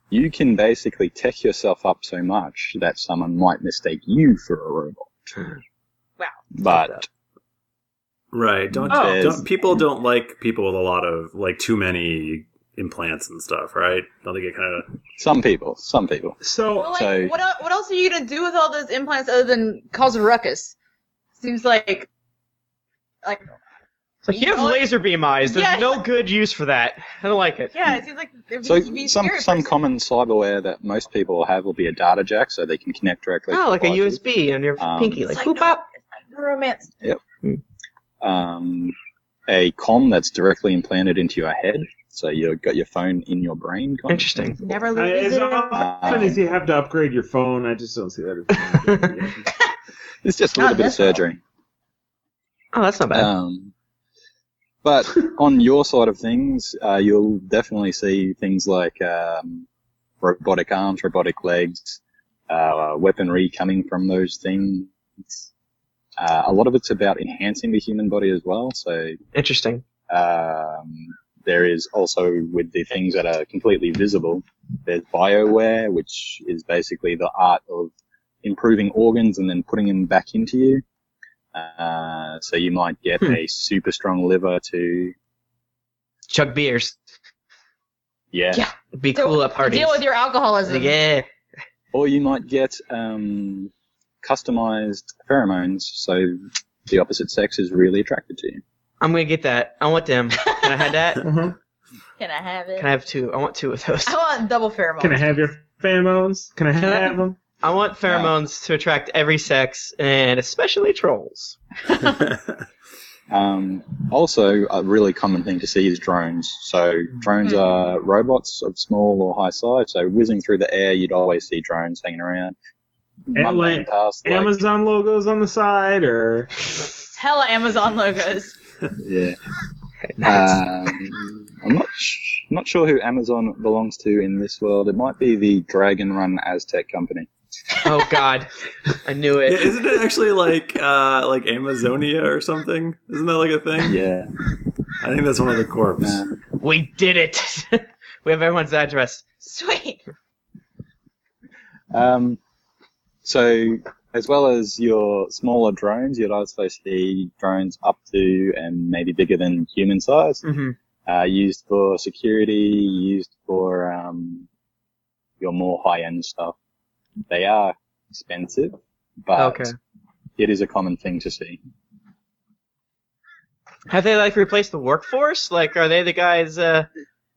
you can basically tech yourself up so much that someone might mistake you for a robot.
Wow.
But
Right. Don't,
Oh.
don't people don't like people with a lot of like too many implants and stuff, right? Don't they get kind of
some people, some people.
So
Well, like,
So-
what, el- what else are you gonna do with all those implants other than cause a ruckus? Seems like, like
It's like, you have laser beam eyes. There's
Yeah.
no good use for that. I don't like it.
yeah, it seems like there'd
So
be- be
some
scary
some
person.
common cyberware that most people will have will be a data jack, so they can connect directly.
Oh,
to
like a
devices.
USB on your
Um,
pinky,
It's
like
like
whoop
no-
up.
romance.
Um, a com that's directly implanted into your head, so you've got your phone in your brain. Kind of.
Interesting.
Never
I,
lose
as
it.
often as you have to upgrade your phone, I just don't see that. as-
It's just a
Not
little bit of
this one.
surgery.
Oh, that's not bad.
Um, but on your side of things, uh, you'll definitely see things like um, robotic arms, robotic legs, uh, weaponry coming from those things. Uh, a lot of it's about enhancing the human body as well. So
Interesting.
um, there is also with the things that are completely visible, there's bioware, which is basically the art of improving organs and then putting them back into you. Uh, so you might get
Hmm.
a super strong liver to,
Chug beers.
yeah.
Yeah.
Be
So,
cool at parties.
Deal with your alcoholism.
yeah.
Or you might get, um, customized pheromones. So the opposite sex is really attracted to you.
I'm gonna get that. I want them. Can I have that?
Uh-huh.
Can I have it?
Can I have two? I want two of those.
I want double pheromones.
Can I have your pheromones? Can I
Can I-
have them?
I want pheromones to attract every sex and especially trolls.
Um, also, a really common thing to see is drones. So drones are robots of small or high size. So whizzing through the air, you'd always see drones hanging around. Mum
like,
ran past, like-
Amazon logos on the side, or
Hella Amazon logos.
Yeah.
Nice.
Um, I'm not sh- not sure who Amazon belongs to in this world. It might be the Dragon Run Aztec company.
oh God, I knew
Yeah,
it.
isn't it actually like uh, like Amazonia or something? Isn't that like a thing?
Yeah.
I think that's one of the corps.
Um,
We did it. we have everyone's address.
Sweet.
Um, so, as well as your smaller drones, you'd also see drones up to and maybe bigger than human size,
hmm
uh, used for security, used for um, your more high-end stuff. They are expensive, but
Okay.
it is a common thing to see.
Have they like replaced the workforce? Like, are they the guys uh,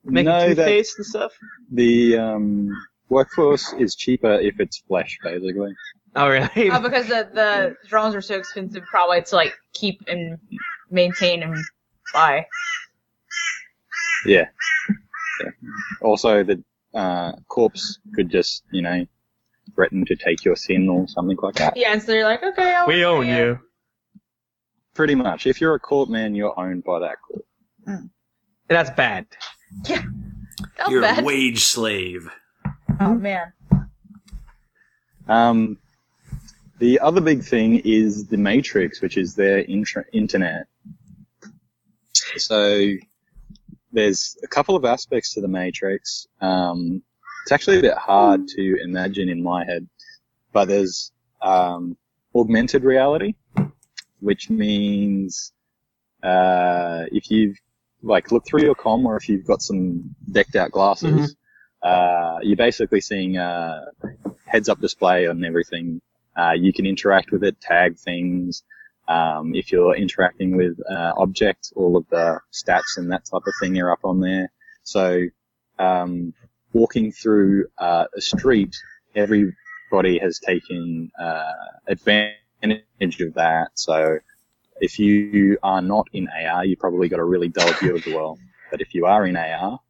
making
no, that
toothpaste and stuff?
the um, workforce is cheaper if it's flesh, basically.
Oh really?
Oh, because the, the drones are so expensive, probably to like keep and maintain and buy.
Yeah. Yeah. Also, the uh, corpse could just, you know, threaten to take your sin or something like that.
Yeah, and so you're like, okay, I'll
we own you.
Pretty much. If you're a court man, you're owned by that court.
That's bad.
That's
You're
bad.
a wage slave.
oh man.
Um, the other big thing is the Matrix, which is their intra- internet. So there's a couple of aspects to the Matrix. Um, it's actually a bit hard to imagine in my head, but there's um, augmented reality, which means uh, if you've like looked through your com or if you've got some decked out glasses, uh, you're basically seeing uh, heads up display on everything. Uh, you can interact with it, tag things. Um, if you're interacting with uh, objects, all of the stats and that type of thing are up on there. So um, walking through uh, a street, everybody has taken uh, advantage of that. So if you are not in AR, you probably got a really dull view of the world. But if you are in AR,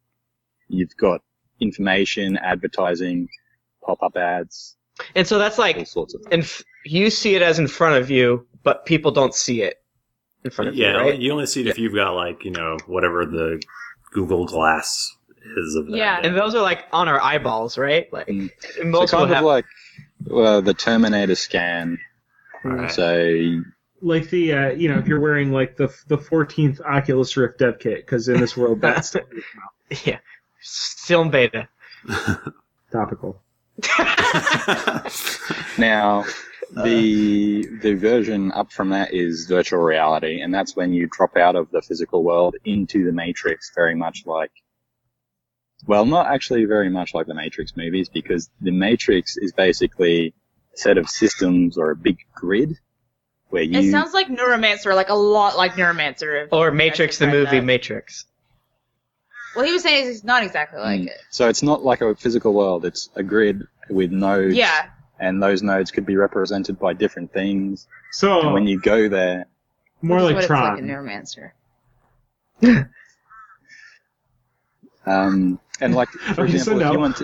you've got information, advertising, pop-up ads,
And so that's
all
like,
sorts of.
and f- you see it as in front of you, but people don't see it in front of
Yeah,
you, right?
you only see it if you've got like you know whatever the Google Glass is of that.
Yeah.
day.
And those are like on our eyeballs, right? Like
Mm.
most
so
will
kind of
have.
like uh, the Terminator scan.
All right.
So
like the uh, you know if you're wearing like the the 14th Oculus Rift dev kit, because in this world that's
yeah, still in beta.
topical.
now the the version up from that is virtual reality, and that's when you drop out of the physical world into the Matrix, very much like. Well, not actually very much like the Matrix movies, because the Matrix is basically a set of systems or a big grid where you.
It sounds like Neuromancer, like a lot like Neuromancer. if-
Or Matrix the
I've tried
movie,
that.
Matrix.
Well, he was saying it's not exactly like
Mm.
it.
so it's not like a physical world; it's a grid with nodes.
Yeah.
and those nodes could be represented by different things. And
So
when you go there,
more
which is
like
what
Tron.
It's like in Neuromancer.
um, and like for
Okay, so
example, if
no.
you want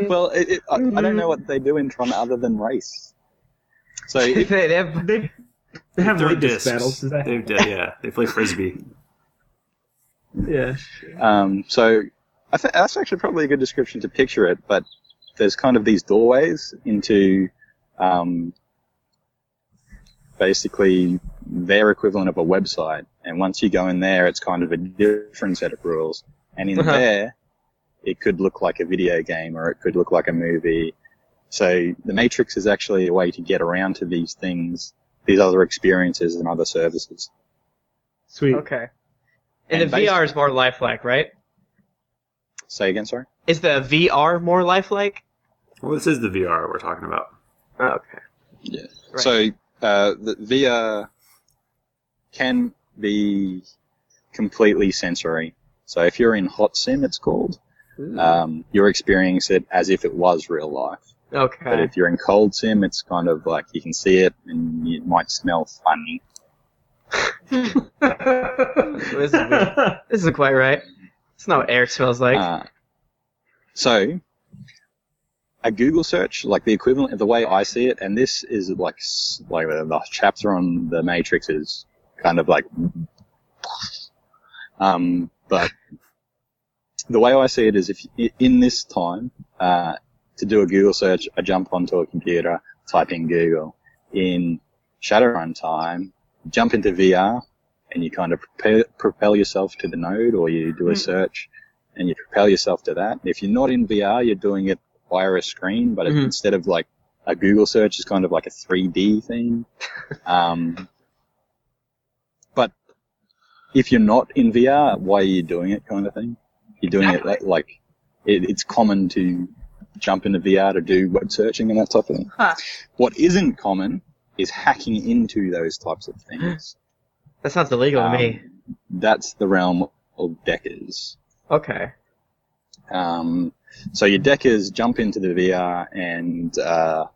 to, well, it, it, I, I don't know what they do in Tron other than race. So
They-
if,
they have-
they they have
They're
like disc
discs.
battles. Is that,
They've done- yeah, they play frisbee.
yeah.
um, so I th- that's actually probably a good description to picture it. But there's kind of these doorways into um, basically their equivalent of a website. And once you go in there, it's kind of a different set of rules. And in
Uh-huh.
there, it could look like a video game or it could look like a movie. So the Matrix is actually a way to get around to these things, these other experiences and other services.
Sweet.
Okay. And,
And
the
based-
VR is more lifelike, right?
Say again, sorry.
Is the VR more lifelike?
Well, this is the VR we're talking about.
Oh, okay. Right.
So uh, the VR can be completely sensory. So if you're in hot sim, it's called, um, you're experiencing it as if it was real life. But
Okay.
if you're in cold sim, it's kind of like you can see it and it might smell funny.
this, is weird. This isn't quite right. It's not what air smells like.
Uh, so a Google search, like the equivalent of the way I see it, and this is like s- like the, the chapter on the Matrix is kind of like, um, but the way I see it is if y- in this time uh, to do a Google search, I jump onto a computer, type in Google. In Shadowrun time, jump into VR, and you kind of propel, propel yourself to the node, or you do a search and you propel yourself to that. If you're not in VR, you're doing it via a screen, but it-
Mhm.
instead of like a Google search, it's kind of like a 3D thing. um, but if you're not in VR, why are you doing it kind of thing? You're doing it like, like it, it's common to jump into VR to do web searching and that type of thing.
Huh.
What isn't common is hacking into those types of things.
that sounds illegal to me.
Um, That's the realm of deckers.
Okay.
Um, so your deckers jump into the VR and uh,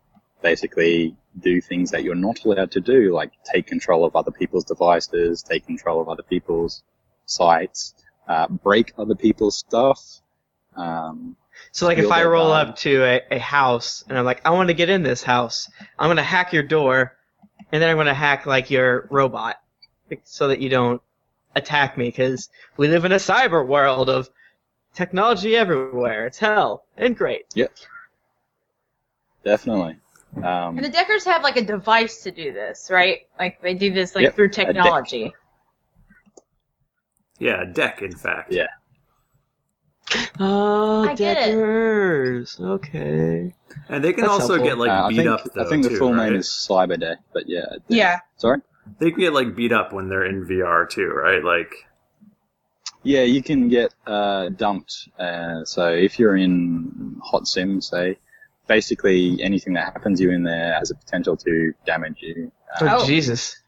basically do things that you're not allowed to do, like take control of other people's devices, take control of other people's sites, uh, break other people's stuff. Um,
So like if
Real
I
bad
roll
vibe.
up to a, a house and I'm like, I want to get in this house. I'm gonna hack your door, and then I'm gonna hack like your robot, so that you don't attack me. Because we live in a cyber world of technology everywhere. It's hell and great.
definitely. Um,
And the Deckers have like a device to do this, right? Like they do this like
Yep,
through
deck.
technology.
Yeah, deck, in fact.
Yeah.
Oh,
I get it.
Deckers. Okay.
And they can
That's
also
helpful.
get like
uh, I
beat
think,
up though.
I think the
too,
full
right?
name is Cyberdeck, but yeah.
Yeah.
Sorry?
They can get like beat up when they're in VR too, right? Like
Yeah, you can get uh, dumped. Uh, so if you're in hot sim, say, basically anything that happens to you in there has a potential to damage you.
Oh,
Oh.
Jesus.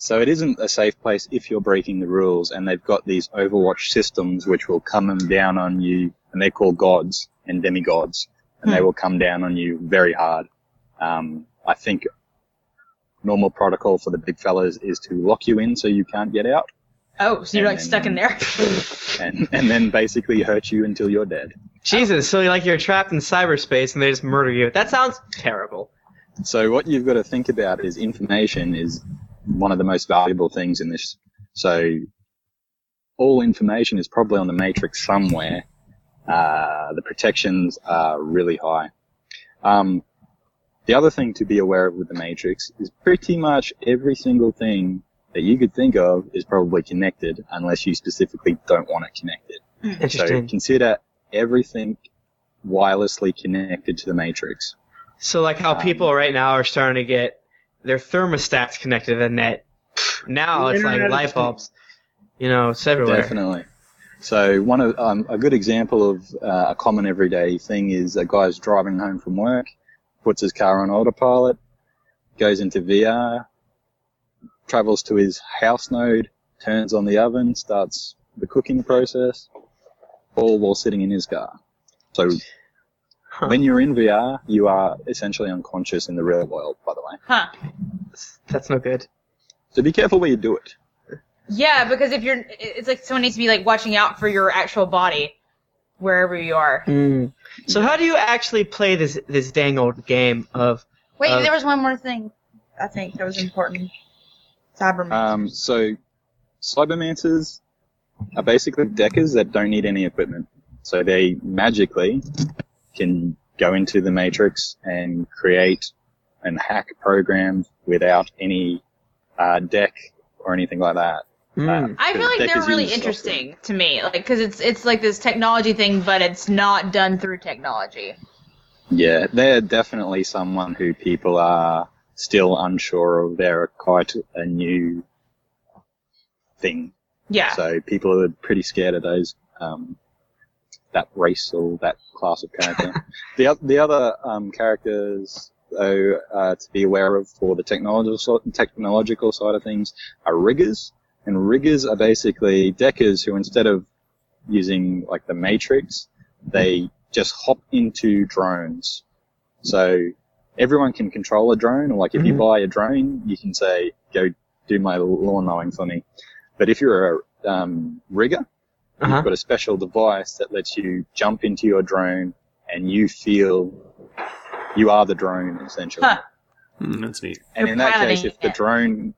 So it isn't a safe place if you're breaking the rules, and they've got these Overwatch systems which will come and down on you, and they're called gods and demigods, and they will come down on you very hard. Um, I think normal protocol for the big fellas is to lock you in so you can't get out,
Oh, so you're
And
like stuck in there.
and, and then basically hurt you until you're dead.
Jesus. So like you're trapped in cyberspace and they just murder you. That sounds terrible.
So what you've got to think about is information is one of the most valuable things in this. So all information is probably on the matrix somewhere. Uh, the protections are really high. Um, the other thing to be aware of with the matrix is pretty much every single thing that you could think of is probably connected unless you specifically don't want it connected. So
Interesting.
consider everything wirelessly connected to the matrix.
So like how
Um,
people right now are starting to get their thermostats connected to the net. Now
The
it's like
Internet of
light
Things.
bulbs. You know, it's everywhere.
Definitely. So one of um, a good example of uh, a common everyday thing is a guy's driving home from work, puts his car on autopilot, goes into VR, travels to his house node, turns on the oven, starts the cooking process, all while sitting in his car. So
Huh.
when you're in VR, you are essentially unconscious in the real world. By the way,
huh.
That's no good.
so be careful where you do it.
Yeah, because if you're, it's like someone needs to be like watching out for your actual body wherever you are.
So how do you actually play this this dang old game of
Wait,
Uh,
there was one more thing. I think that was important. Cyberman.
Um, so, Cybermancers are basically deckers that don't need any equipment. So they magically can go into the matrix and create and hack programs without any uh, deck or anything like that. Um,
Mm.
I feel like
That
they're
is
really
used
interesting to me, like because it's it's like this technology thing, but it's not done through technology.
Yeah, they're definitely someone who people are still unsure of. They're quite a new thing.
Yeah,
So people are pretty scared of those, um, that race or that class of character. the, oth- the other um, characters, though, uh, to be aware of for the technological, technological side of things are riggers. And riggers are basically deckers who, instead of using like the Matrix, they just hop into drones. So everyone can control a drone, or like if you
Mhm.
buy a drone, you can say, go do my lawn mowing for me. But if you're a um, rigger,
Uh-huh.
you've got a special device that lets you jump into your drone and you feel you are the drone essentially.
Huh.
Hmm, that's neat.
And
You're
in that
piloting
case, if the
it.
drone,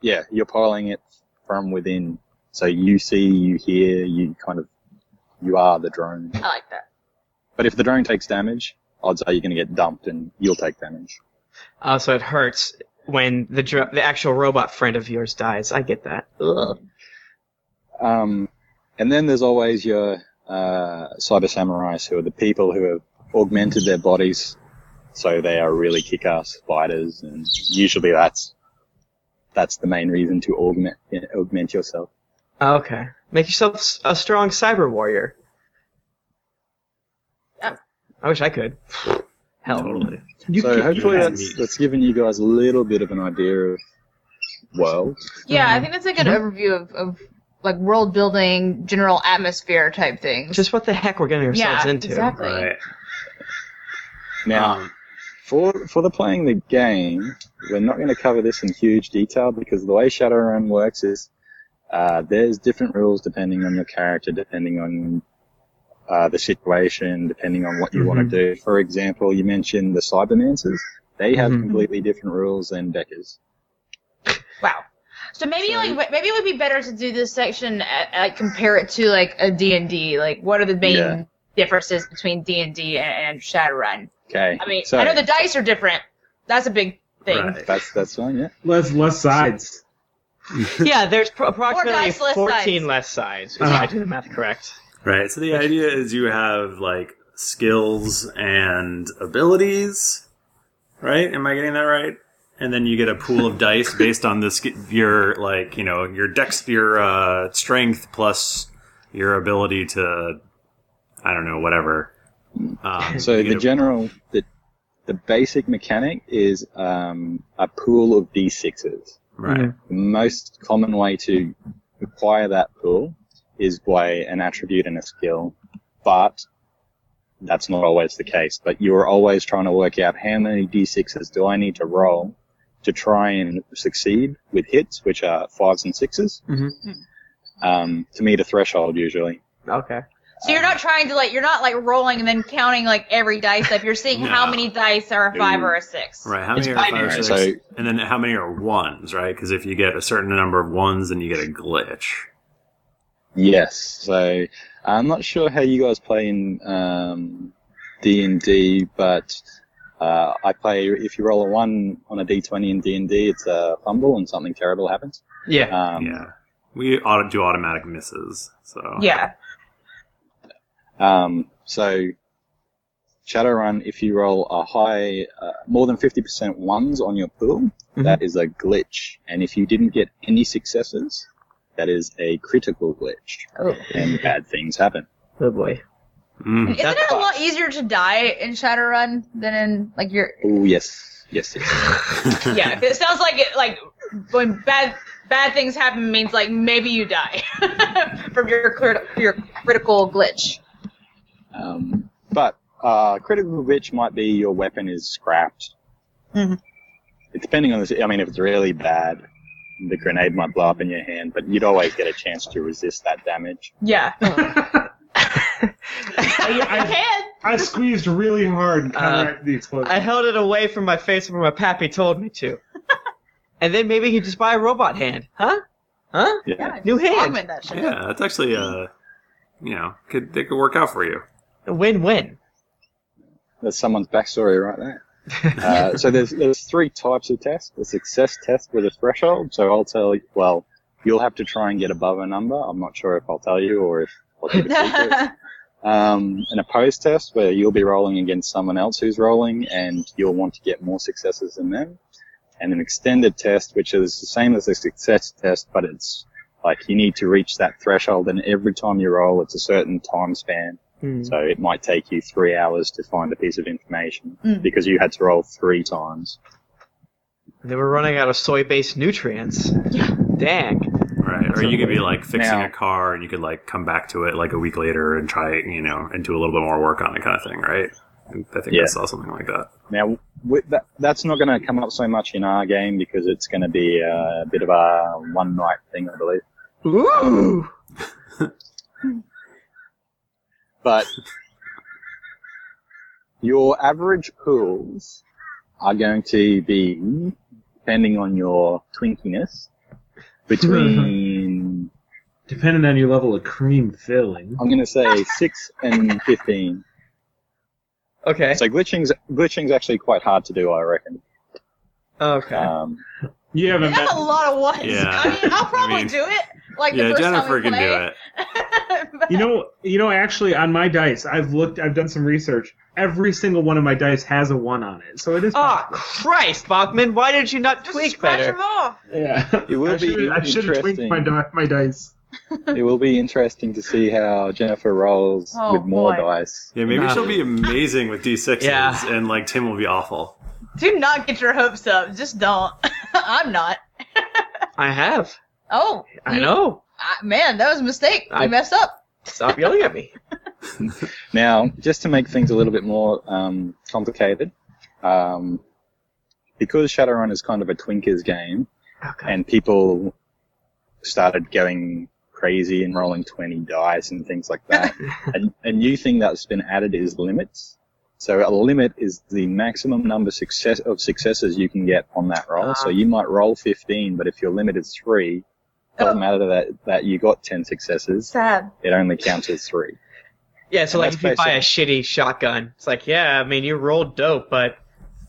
yeah, you're piling it from within, so you see, you hear, you kind of, you are the drone.
I like that.
But if the drone takes damage, odds are you're going to get dumped and you'll take damage.
Uh, so it hurts when the dr- the actual robot friend of yours dies. I get that. Ugh.
Um, and then there's always your uh, cyber samurais, who are the people who have augmented their bodies, so they are really kick-ass fighters, and usually that's that's the main reason to augment augment yourself.
Oh, Okay. Make yourself s- a strong cyber warrior.
Yeah.
I wish I could.
Oh.
Hell.
Totally.
so hopefully
you have
that's
meat.
that's given you guys a little bit of an idea of world.
Yeah, I think that's like an overview of, of like world building, general atmosphere type things.
Just what the heck we're getting ourselves
yeah,
into.
exactly.
Right.
Now,
Um,
For for the playing the game, we're not going to cover this in huge detail because the way Shadowrun works is uh, there's different rules depending on your character, depending on uh, the situation, depending on what you want to do. For example, you mentioned the Cybermancers; they have
Mhm.
completely different rules than Deckers.
Wow. So maybe
So-
like maybe it would be better to do this section at, like compare it to like a D and D. Like what are the main
Yeah.
differences between D and D and Shadowrun?
Okay,
I mean,
so
I know the dice are different. That's a big thing.
right.
that's that's one, yeah.
Less less sides.
Yeah, there's pro- approximately
dice, less
14
sides.
less sides, if
Uh-huh.
I do the math correct.
Right. So the idea is you have like skills and abilities, right? Am I getting that right? And then you get a pool of dice based on this your like you know your dex your uh, strength plus your ability to I don't know whatever. Um,
So
you
the
get a-
general the the basic mechanic is um, a pool of d6s.
right.
The most common way to acquire that pool is by an attribute and a skill, but that's not always the case. But you're always trying to work out how many d6s do I need to roll to try and succeed with hits, which are fives and 6s
Mhm.
um, to meet a threshold usually.
Okay.
So you're not trying to like you're not like rolling and then counting like every dice up. You're seeing how
No.
many dice are a five or a six.
Right. How
It's
many are five or
binary,
six?
so-
and then how many are ones? Right. Because if you get a certain number of ones, then you get a glitch.
Yes. So I'm not sure how you guys play in um, D&D, but uh, I play if you roll a one on a D20 in D&D, it's a fumble and something terrible happens.
Yeah.
Um,
yeah. We auto- do automatic misses. So
Yeah.
Um, so Shadowrun, if you roll a high, uh, more than 50% ones on your pool,
Mhm.
that is a glitch. And if you didn't get any successes, that is a critical glitch,
Oh,
and bad things happen.
oh boy.
Mm.
Isn't
That's
it a
fun.
lot easier to die in Shadowrun than in like your
Oh yes, yes, yes.
yeah, 'cause it sounds like it. Like when bad bad things happen means like maybe you die from your crit- your critical glitch.
Um, but uh, critical glitch might be your weapon is scrapped.
Mhm.
It- Depending on the, I mean, if it's really bad, the grenade might blow up in your hand, but you'd always get a chance to resist that damage.
Yeah,
I,
you
I-
can.
I squeezed really hard and counteracted the explosion.
I held it away from my face where my pappy told me to. and then maybe he just buy a robot hand. Huh? Huh?
Yeah.
New
just
hand.
Augment that shit.
Yeah, that's actually uh you know, could they could work out for you.
Win win.
That's someone's backstory right there. Uh, so there's there's three types of tests: the success test with a threshold. So I'll tell you. Well, you'll have to try and get above a number. I'm not sure if I'll tell you or if I'll keep it secret um, an opposed test where you'll be rolling against someone else who's rolling and you'll want to get more successes than them. And an extended test, which is the same as a success test, but it's like you need to reach that threshold and every time you roll, it's a certain time span.
Hmm.
So it might take you three hours to find a piece of information
Mm.
because you had to roll three times.
They were running out of soy-based nutrients. Dang.
Right. Or you could be like fixing
Now-
a car and you could like come back to it like a week later and try, you know, and do a little bit more work on it kind of thing, right? I think I
Yeah.
saw something like that.
Now, with that, that's not going to come up so much in our game because it's going to be uh, a bit of a one night thing, I believe.
Ooh.
but your average pools are going to be, depending on your twinkiness, between
Depending on your level of cream filling.
I'm going to say six and fifteen.
Okay.
So glitching's glitching's actually quite hard to do, I reckon.
Okay.
Um,
You haven't
That's
met.
a lot of ones.
Yeah.
I mean, I'll probably
mean-
do it. Like the
yeah,
first
Jennifer
time
can
we play.
do it.
But-
You know, you know. Actually, on my dice, I've looked. I've done some research. Every single one of my dice has a one on it, so it is.
Ah,
possible.
Christ, Bachman, why did you not
Just
tweak
scratch
better?
them off.
yeah.
It will
I
be
should've- I should have tweaked my,
interesting.
di- my dice.
it will be interesting to see how Jennifer rolls
Oh,
with more
boy.
dice.
Yeah, maybe
Nah.
she'll be amazing with D6s
Yeah.
and like Tim will be awful.
Do not get your hopes up. Just don't. I'm not.
I have.
Oh,
I
you-
know.
I- man, that was a mistake. I
I-
messed up.
Stop yelling at me.
Now, just to make things a little bit more um, complicated, um, because Shadowrun is kind of a twinkers game,
Okay.
and people started going crazy and rolling 20 dice and things like that. and a new thing that's been added is limits. So a limit is the maximum number success of successes you can get on that roll. So
Ah.
you might roll 15, but if your limit is three, doesn't
Oh.
matter that that you got 10 successes.
Sad.
It only counts as three.
Yeah, so like if
that's
you buy a
basic.
shitty shotgun, it's like, yeah, I mean, you rolled dope, but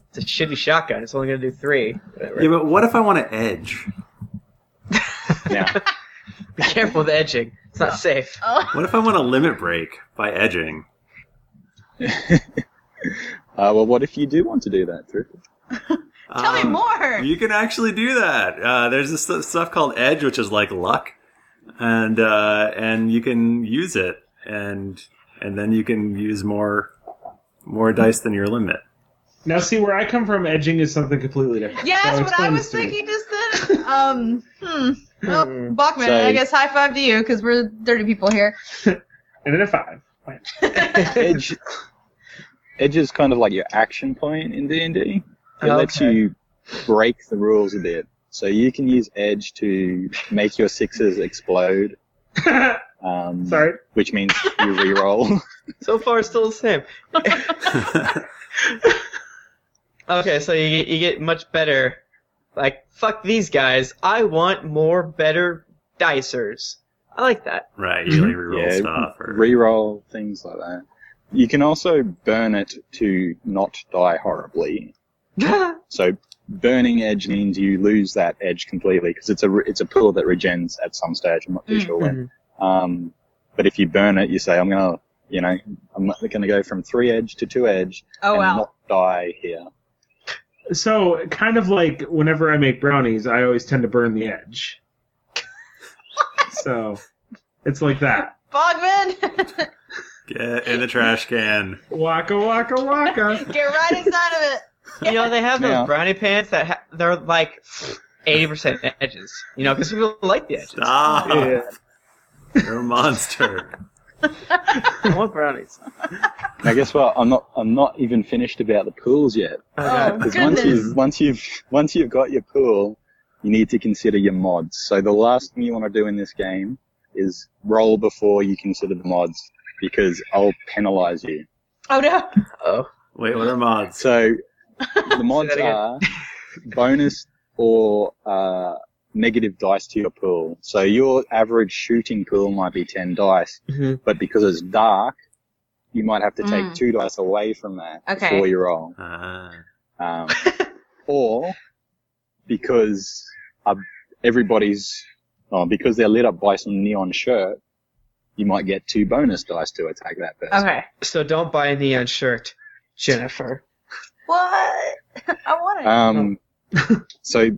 it's a shitty shotgun. It's only going to do three. Whatever.
Yeah, but what if I want to edge?
Now,
Be careful with edging. It's not safe.
Oh,
What if I want a limit break by edging?
uh, well, what if you do want to do that, Drew?
tell me
Um,
more.
You can actually do that. Uh, there's this stu- stuff called Edge, which is like luck, and uh, and you can use it, and and then you can use more more dice than your limit.
Now, see where I come from. Edging is something completely different.
yeah, that's
So
what I
explain
was
this to me.
thinking just then. Um, hmm. Well, Bachman,
So-
I guess high five to you because we're dirty people here.
And then a five.
Edge, Edge is kind of like your action point in D and D. It lets
Okay.
you break the rules a bit, so you can use Edge to make your sixes explode. Um,
Sorry.
Which means you re-roll.
So far, it's still the same. Okay, so you get, you get much better. Like, fuck these guys. I want more better dicers. I like that.
right, you like reroll
Yeah,
stuff. Or,
re-roll things like that. You can also burn it to not die horribly. So burning Edge means you lose that Edge completely because it's a re- it's a pool that regens at some stage. I'm not too
Mm.
sure when. Um, but if you burn it, you say, I'm gonna, you know, I'm gonna go from three edge to two edge
Oh
and
wow.
not die here.
So, kind of like whenever I make brownies, I always tend to burn the edge. so, it's like that.
Bogman,
get in the trash can.
Waka waka waka.
get right inside of it.
You know, they have
Yeah.
those brownie pants that ha- they're like 80% edges. You know, because people like the edges.
Stop!
Yeah.
You're a monster.
I want brownies.
Now guess what? I'm not I'm not even finished about the pools yet.
Okay.
Oh.
Because once
Goodness.
you've once you've once you've got your pool, you need to consider your mods. So the last thing you want to do in this game is roll before you consider the mods because I'll penalize you.
Oh no.
Oh.
Wait, what are mods?
So the mods
Say that again.
are bonus or uh, negative dice to your pool. So your average shooting pool might be 10 dice,
Mhm.
but because it's dark, you might have to take
Mm.
two dice away from that
Okay.
before you roll.
Uh,
um, or because uh, everybody's oh, because they're lit up by some neon shirt, you might get two bonus dice to attack that person.
Okay.
So don't buy a neon shirt, Jennifer.
What?
I want it.
Um, so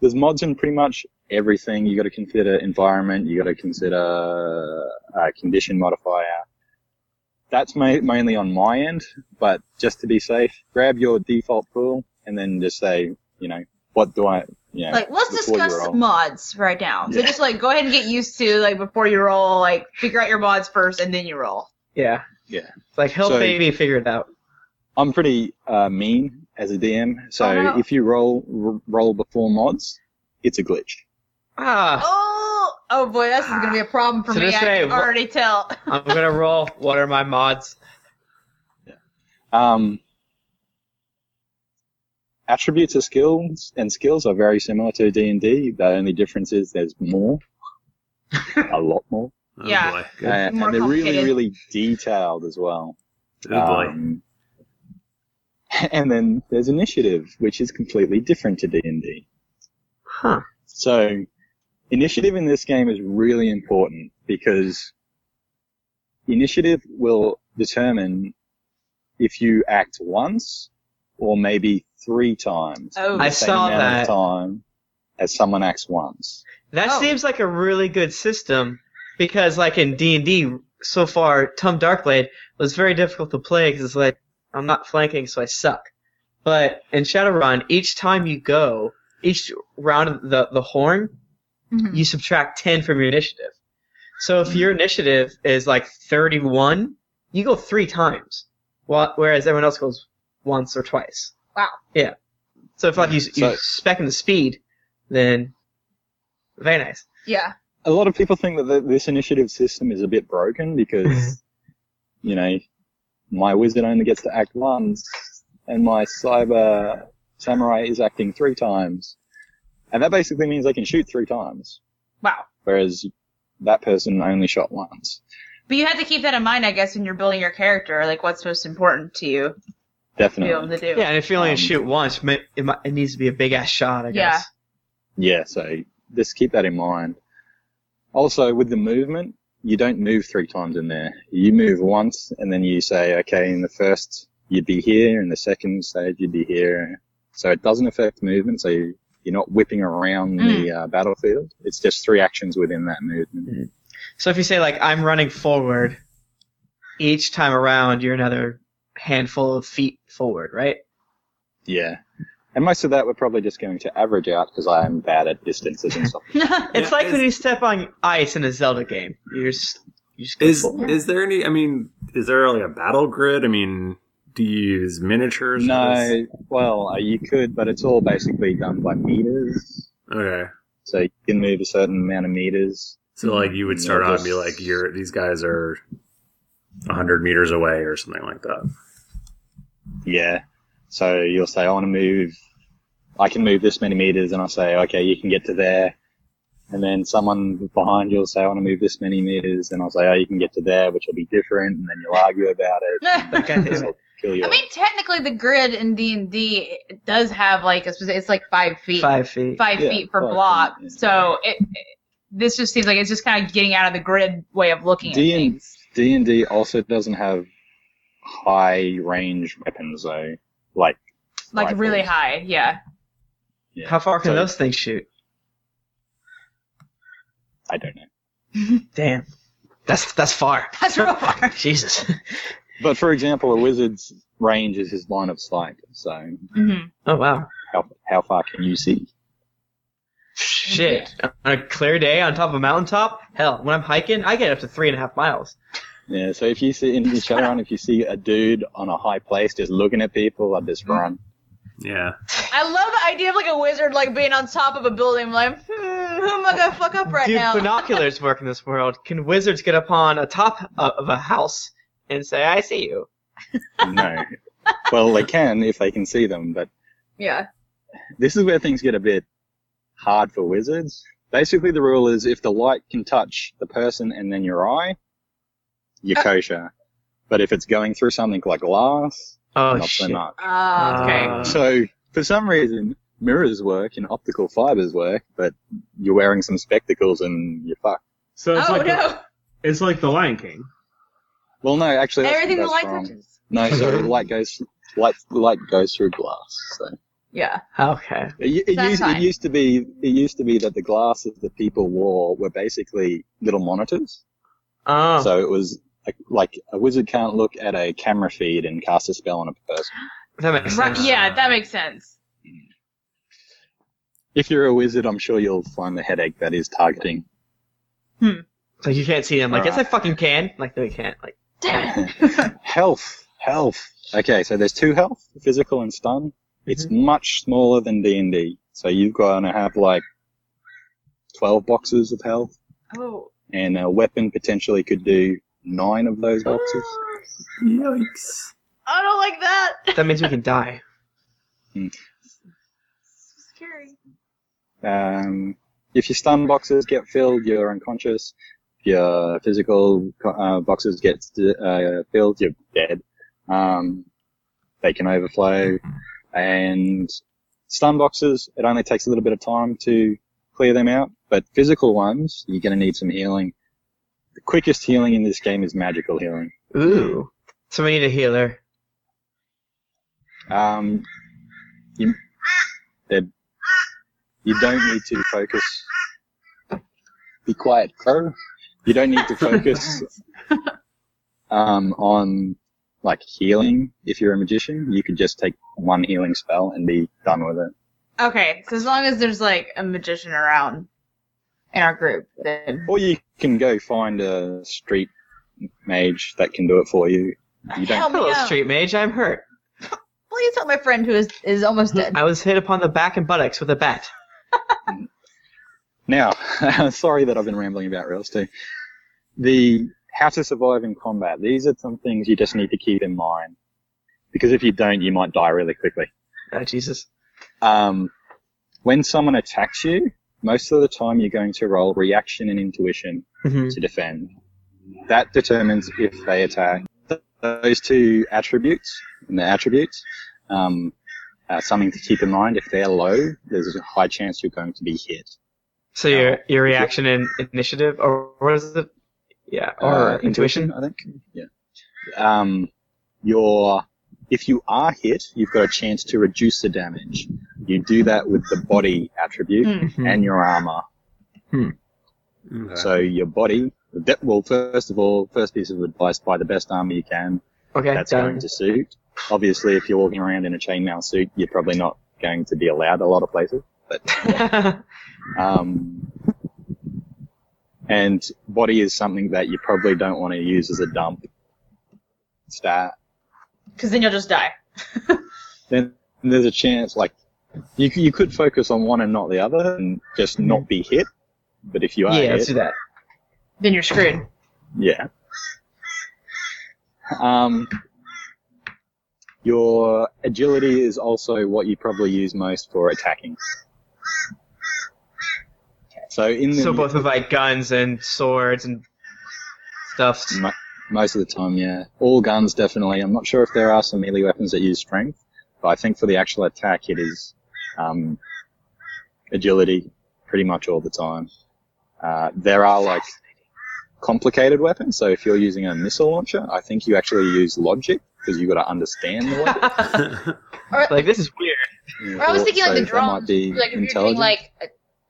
there's mods in pretty much everything. You got to consider environment. You got to consider uh, condition modifier. That's ma- mainly on my end, but just to be safe, grab your default pool and then just say, you know, what do I, you know,
Like, let's
before you
discuss
roll.
mods right now. So
Yeah.
just like go ahead and get used to like before you roll, like figure out your mods first and then you roll.
Yeah.
Yeah.
It's like help
So-
baby figure it out.
I'm pretty uh, mean as a DM, so
Oh, no.
if you roll r- roll before mods, it's a glitch.
Ah,
Oh, oh boy, this is gonna be a problem for
So
me.
just
I
say,
can
what-
already tell.
I'm gonna roll. What are my mods?
Um, attributes of skills and skills are very similar to D and D. The only difference is there's more, a lot more,
Oh
Yeah.
boy.
A- and,
More
they're really
complicated.
really detailed as well.
Oh boy.
Um, and then there's initiative, which is completely different to D and D.
Huh.
So, initiative in this game is really important because initiative will determine if you act once or maybe three times.
Oh.
in the
I
same
saw
amount
that.
Of time as someone acts once.
That
Oh.
seems like a really good system because, like in D and D, so far Tom Darkblade was very difficult to play because it's like I'm not flanking, so I suck. But in Shadowrun, each time you go, each round of the the horn,
Mhm.
you subtract ten from your initiative. So if
Mm-hmm.
your initiative is like 31, you go three times, wh- whereas everyone else goes once or twice.
Wow.
Yeah. So if like you,
So-
you spec in the speed, then very nice.
Yeah.
A lot of people think that th this initiative system is a bit broken because, you know, my wizard only gets to act once and my cyber samurai is acting three times. And that basically means they can shoot three times.
Wow.
whereas that person only shot once.
But you have to keep that in mind, I guess, when you're building your character, like what's most important to you to be able
Definitely.
to do.
Yeah, and if you only
Um,
shoot once, ma- it, might, it needs to be a big ass shot, I
Yeah.
guess.
Yeah, so just keep that in mind. Also, with the movement, you don't move three times in there. You move once, and then you say, okay, in the first, you'd be here, in the second stage, you'd be here. So it doesn't affect movement, so you- you're not whipping around the uh, battlefield. It's just three actions within that movement.
So if you say like I'm running forward, each time around you're another handful of feet forward, right?
Yeah. And most of that we're probably just going to average out because I am bad at distances and stuff.
It's
Yeah,
like when
is-
you step on ice in a Zelda game. You're just, you just go
Is
forward.
is there any? I mean, is there like a battle grid? I mean, do you use miniatures? for this?
No, well, uh, you could, but it's all basically done by meters.
Okay.
So you can move a certain amount of meters.
So like you would start out and be like, "You're these guys are hundred meters away" or something like that.
Yeah. So you'll say, I want to move, I can move this many meters, and I'll say, okay, you can get to there. And then someone behind you will say, I want to move this many meters, and I'll say, oh, you can get to there, which will be different, and then you'll argue about it.
I
God
This
damn it.
will kill you.
mean, technically, the grid in D and D does have like a specific. It's like five feet.
five feet.
five
Yeah,
feet per
five
block.
feet, yeah.
So it, it- this just seems like it's just kind of getting out of the grid way of looking at
D and-
things.
D&D also doesn't have high range weapons, though. Like,
Like really
rifles.
high, yeah.
Yeah.
How far can
So-
those things shoot?
I don't know.
Damn, that's that's far.
That's real far.
Jesus.
But for example, a wizard's range is his line of sight. So
Mhm.
Oh wow.
how how far can you see?
Shit. On a clear day on top of a mountaintop? Hell, when I'm hiking, I get up to three and a half miles.
Yeah. So if you see in in Shadowrun, if you see a dude on a high place just looking at people, I just run.
Yeah.
I love the idea of like a wizard like being on top of a building, like, hmm, who am I gonna fuck up right
Do
now?
binoculars work in this world? Can wizards get upon a top o- of a house and say, I see you?
No. well, they can if they can see them, but
yeah.
this is where things get a bit hard for wizards. Basically, the rule is if the light can touch the person and then your eye, you're
Uh.
kosher. But if it's going through something like glass
Oh
not so
shit.
much.
Uh,
okay.
So for some reason, mirrors work and optical fibers work, but you're wearing some spectacles and you're fucked.
So it's
oh
like
no!
it's like the Lion King.
Well, no, actually, that's,
Everything the
that's
light
wrong.
touches.
No, so light goes light light goes through glass. So
Yeah.
Okay.
it, it,
That's
used, it
fine.
used to be it used to be that the glasses that people wore were basically little monitors.
Oh.
So it was like, like a wizard can't look at a camera feed and cast a spell on a person.
that makes
Right,
sense.
yeah, that makes sense.
If you're a wizard, I'm sure you'll find the headache that is targeting.
Like you can't see them. Like, yes, I
Alright.
fucking can. Like, no, you can't. Like,
Damn it.
health, health. Okay, so there's two health, physical and stun. It's much smaller than D and D, so you've got to have like twelve boxes of health,
Oh.
and a weapon potentially could do nine of those boxes.
Yikes.
I don't like that.
that means we can die.
Scary.
Um, if your stun boxes get filled, you're unconscious. If your physical uh, boxes get uh, filled, you're dead. Um, they can overflow. And stun boxes, it only takes a little bit of time to clear them out. But physical ones, you're going to need some healing. The quickest healing in this game is magical healing.
Ooh. Hmm. So we need a healer.
Um, you, they're- you don't need to focus. Be quiet, crow. You don't need to focus um, on like healing. If you're a magician, you could just take one healing spell and be done with it.
Okay, so as long as there's like a magician around in our group, then
Or you can go find a street mage that can do it for you. You don't.
help me
Hello,
out.
street mage. I'm hurt.
Please help my friend who is is almost dead.
I was hit upon the back and buttocks with a bat.
Now, sorry that I've been rambling about rails too. The how to survive in combat. These are some things you just need to keep in mind because if you don't, you might die really quickly.
Oh Jesus.
Um, when someone attacks you, most of the time you're going to roll reaction and intuition
Mhm.
to defend. That determines if they attack. Th- Those two attributes and the attributes um, are something to keep in mind. If they're low, there's a high chance you're going to be hit.
So your your reaction and initiative, or what is it? Yeah, or
Uh,
intuition.
I think. Yeah. Um, your if you are hit, you've got a chance to reduce the damage. You do that with the body attribute
Mhm.
and your armor.
Okay.
So your body. That, well, first of all, first piece of advice: buy the best armor you can.
Okay,
That's
done.
going to suit. Obviously, if you're walking around in a chainmail suit, you're probably not going to be allowed a lot of places. Um, and body is something that you probably don't want to use as a dump stat.
Because then you'll just die.
Then there's a chance, like, you, you could focus on one and not the other and just not be hit. But if you are
Mm-hmm. yeah, let's
hit,
do that.
Then you're screwed.
yeah. Um, your agility is also what you probably use most for attacking. So in the
So both of like guns and swords and stuff.
Mo- most of the time, yeah. All guns, definitely. I'm not sure if there are some melee weapons that use strength, but I think for the actual attack, it is um, agility pretty much all the time. Uh, there are like complicated weapons, so if you're using a missile launcher, I think you actually use logic because you've got to understand the weapon.
Like this is weird.
Or I was thinking
So
like the
that might
drone.
be
Like if you're doing
intelligence.
like a-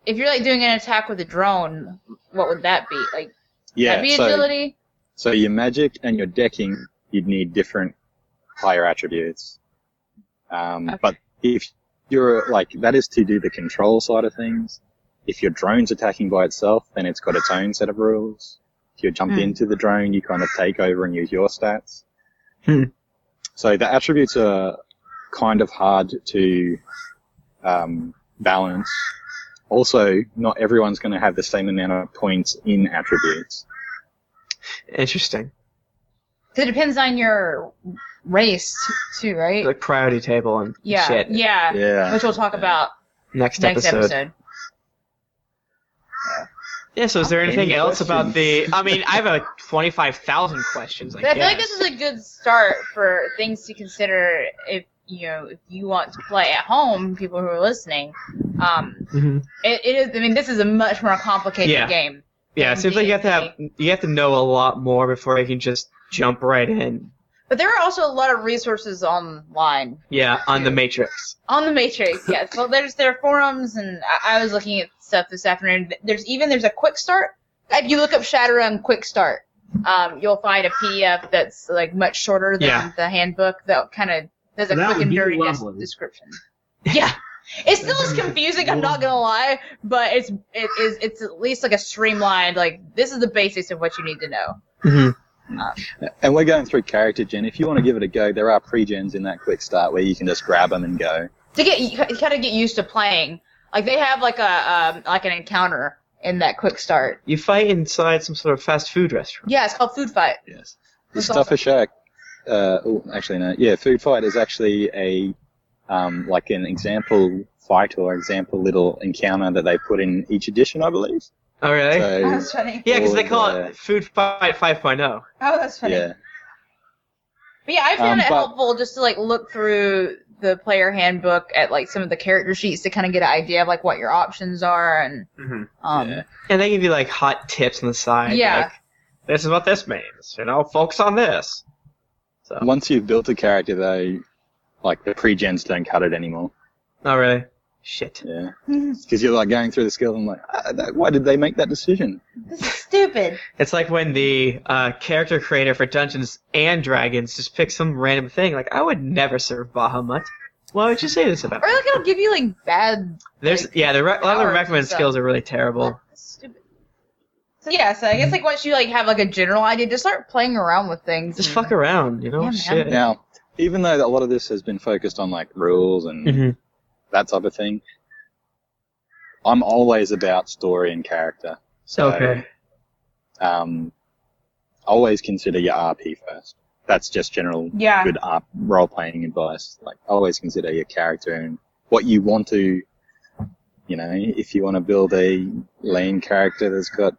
if you're like doing an attack with a drone, what would that be? Like
yeah,
that'd be
so-
agility.
So your magic and your decking, you'd need different higher attributes. Um,
Okay.
But if you're like that is to do the control side of things. If your drone's attacking by itself, then it's got its own set of rules. If you jump
Hmm.
into the drone, you kind of take over and use your stats.
Hmm.
So the attributes are kind of hard to um, balance. Also, not everyone's going to have the same amount of points in attributes.
Interesting.
'Cause it depends on your race too, right?
Like priority table and
yeah,
shit.
yeah,
Yeah.
Which we'll talk about
Next,
next
episode.
episode.
Yeah. So is there
Any
anything else
questions?
about the? I mean, I have a twenty-five thousand questions. I,
But I feel
guess.
like this is a good start for things to consider if you know if you want to play at home. People who are listening, um,
Mm-hmm.
Mhm.
it, it is. I mean, this is a much more complicated
Yeah.
game.
yeah. It seems like you have to have you have to know a lot more before you can just jump right in.
But there are also a lot of resources online
Yeah, on the Matrix.
on the Matrix. Yes, well, there's there are forums, and I, I was looking at stuff this afternoon. There's even there's a quick start. If you look up Shadowrun quick start, um, you'll find a PDF that's like much shorter than
Yeah.
the handbook that kind of there's a
That
quick
would
and
be
dirty des-
lovely.
description. Yeah. It still is confusing. I'm not gonna lie, but it's it is it's at least like a streamlined like this is the basics of what you need to know.
And we're going through character gen. If you want to give it a go, there are pre-gens in that quick start where you can just grab them and go.
to get you kind of get used to playing. Like they have like a um, like an encounter in that quick start.
You fight inside some sort of fast food restaurant.
Yeah, it's called Food Fight.
Yes. The
That's
Stuffer Shack. Uh, oh, actually, no. Yeah, Food Fight is actually a um, like an example fight or example little encounter that they put in each edition, I believe.
Oh, really?
So,
that's funny.
yeah, because they call
Yeah.
it Food Fight 5.0.
Oh, that's funny.
yeah.
But yeah, I
Um,
found it
but-
helpful just to like look through the player handbook at like some of the character sheets to kind of get an idea of like what your options are and
Mhm.
um
Mm-hmm. Yeah.
And they give you like hot tips on the side.
Yeah.
Like, this is what this means. You know, focus on this. So.
Once you've built a character, though, like the pre-gens don't cut it anymore.
Oh, really? Shit.
Yeah. Because you're like going through the skill and like, ah, that, why did they make that decision?
this is stupid.
It's like when the uh, character creator for Dungeons and Dragons just picks some random thing. Like, I would never serve Bahamut. Why would you say this about
Or
me?
like it'll give you like bad
There's yeah, the re- a lot of the
powers and
recommended
stuff.
skills are really terrible.
stupid. So yeah, so I guess like once you like have like a general idea, just start playing around with things.
Just
and-
fuck around, you know?
Mm-hmm. Yeah, man.
Shit.
Now, even though a lot of this has been focused on like rules and
Mm-hmm.
Mhm.
that type of thing, I'm always about story and character. So,
Okay.
um, always consider your RP first. That's just general
Yeah.
good RP role playing advice. Like, always consider your character and what you want to, you know, if you want to build a lane character that's got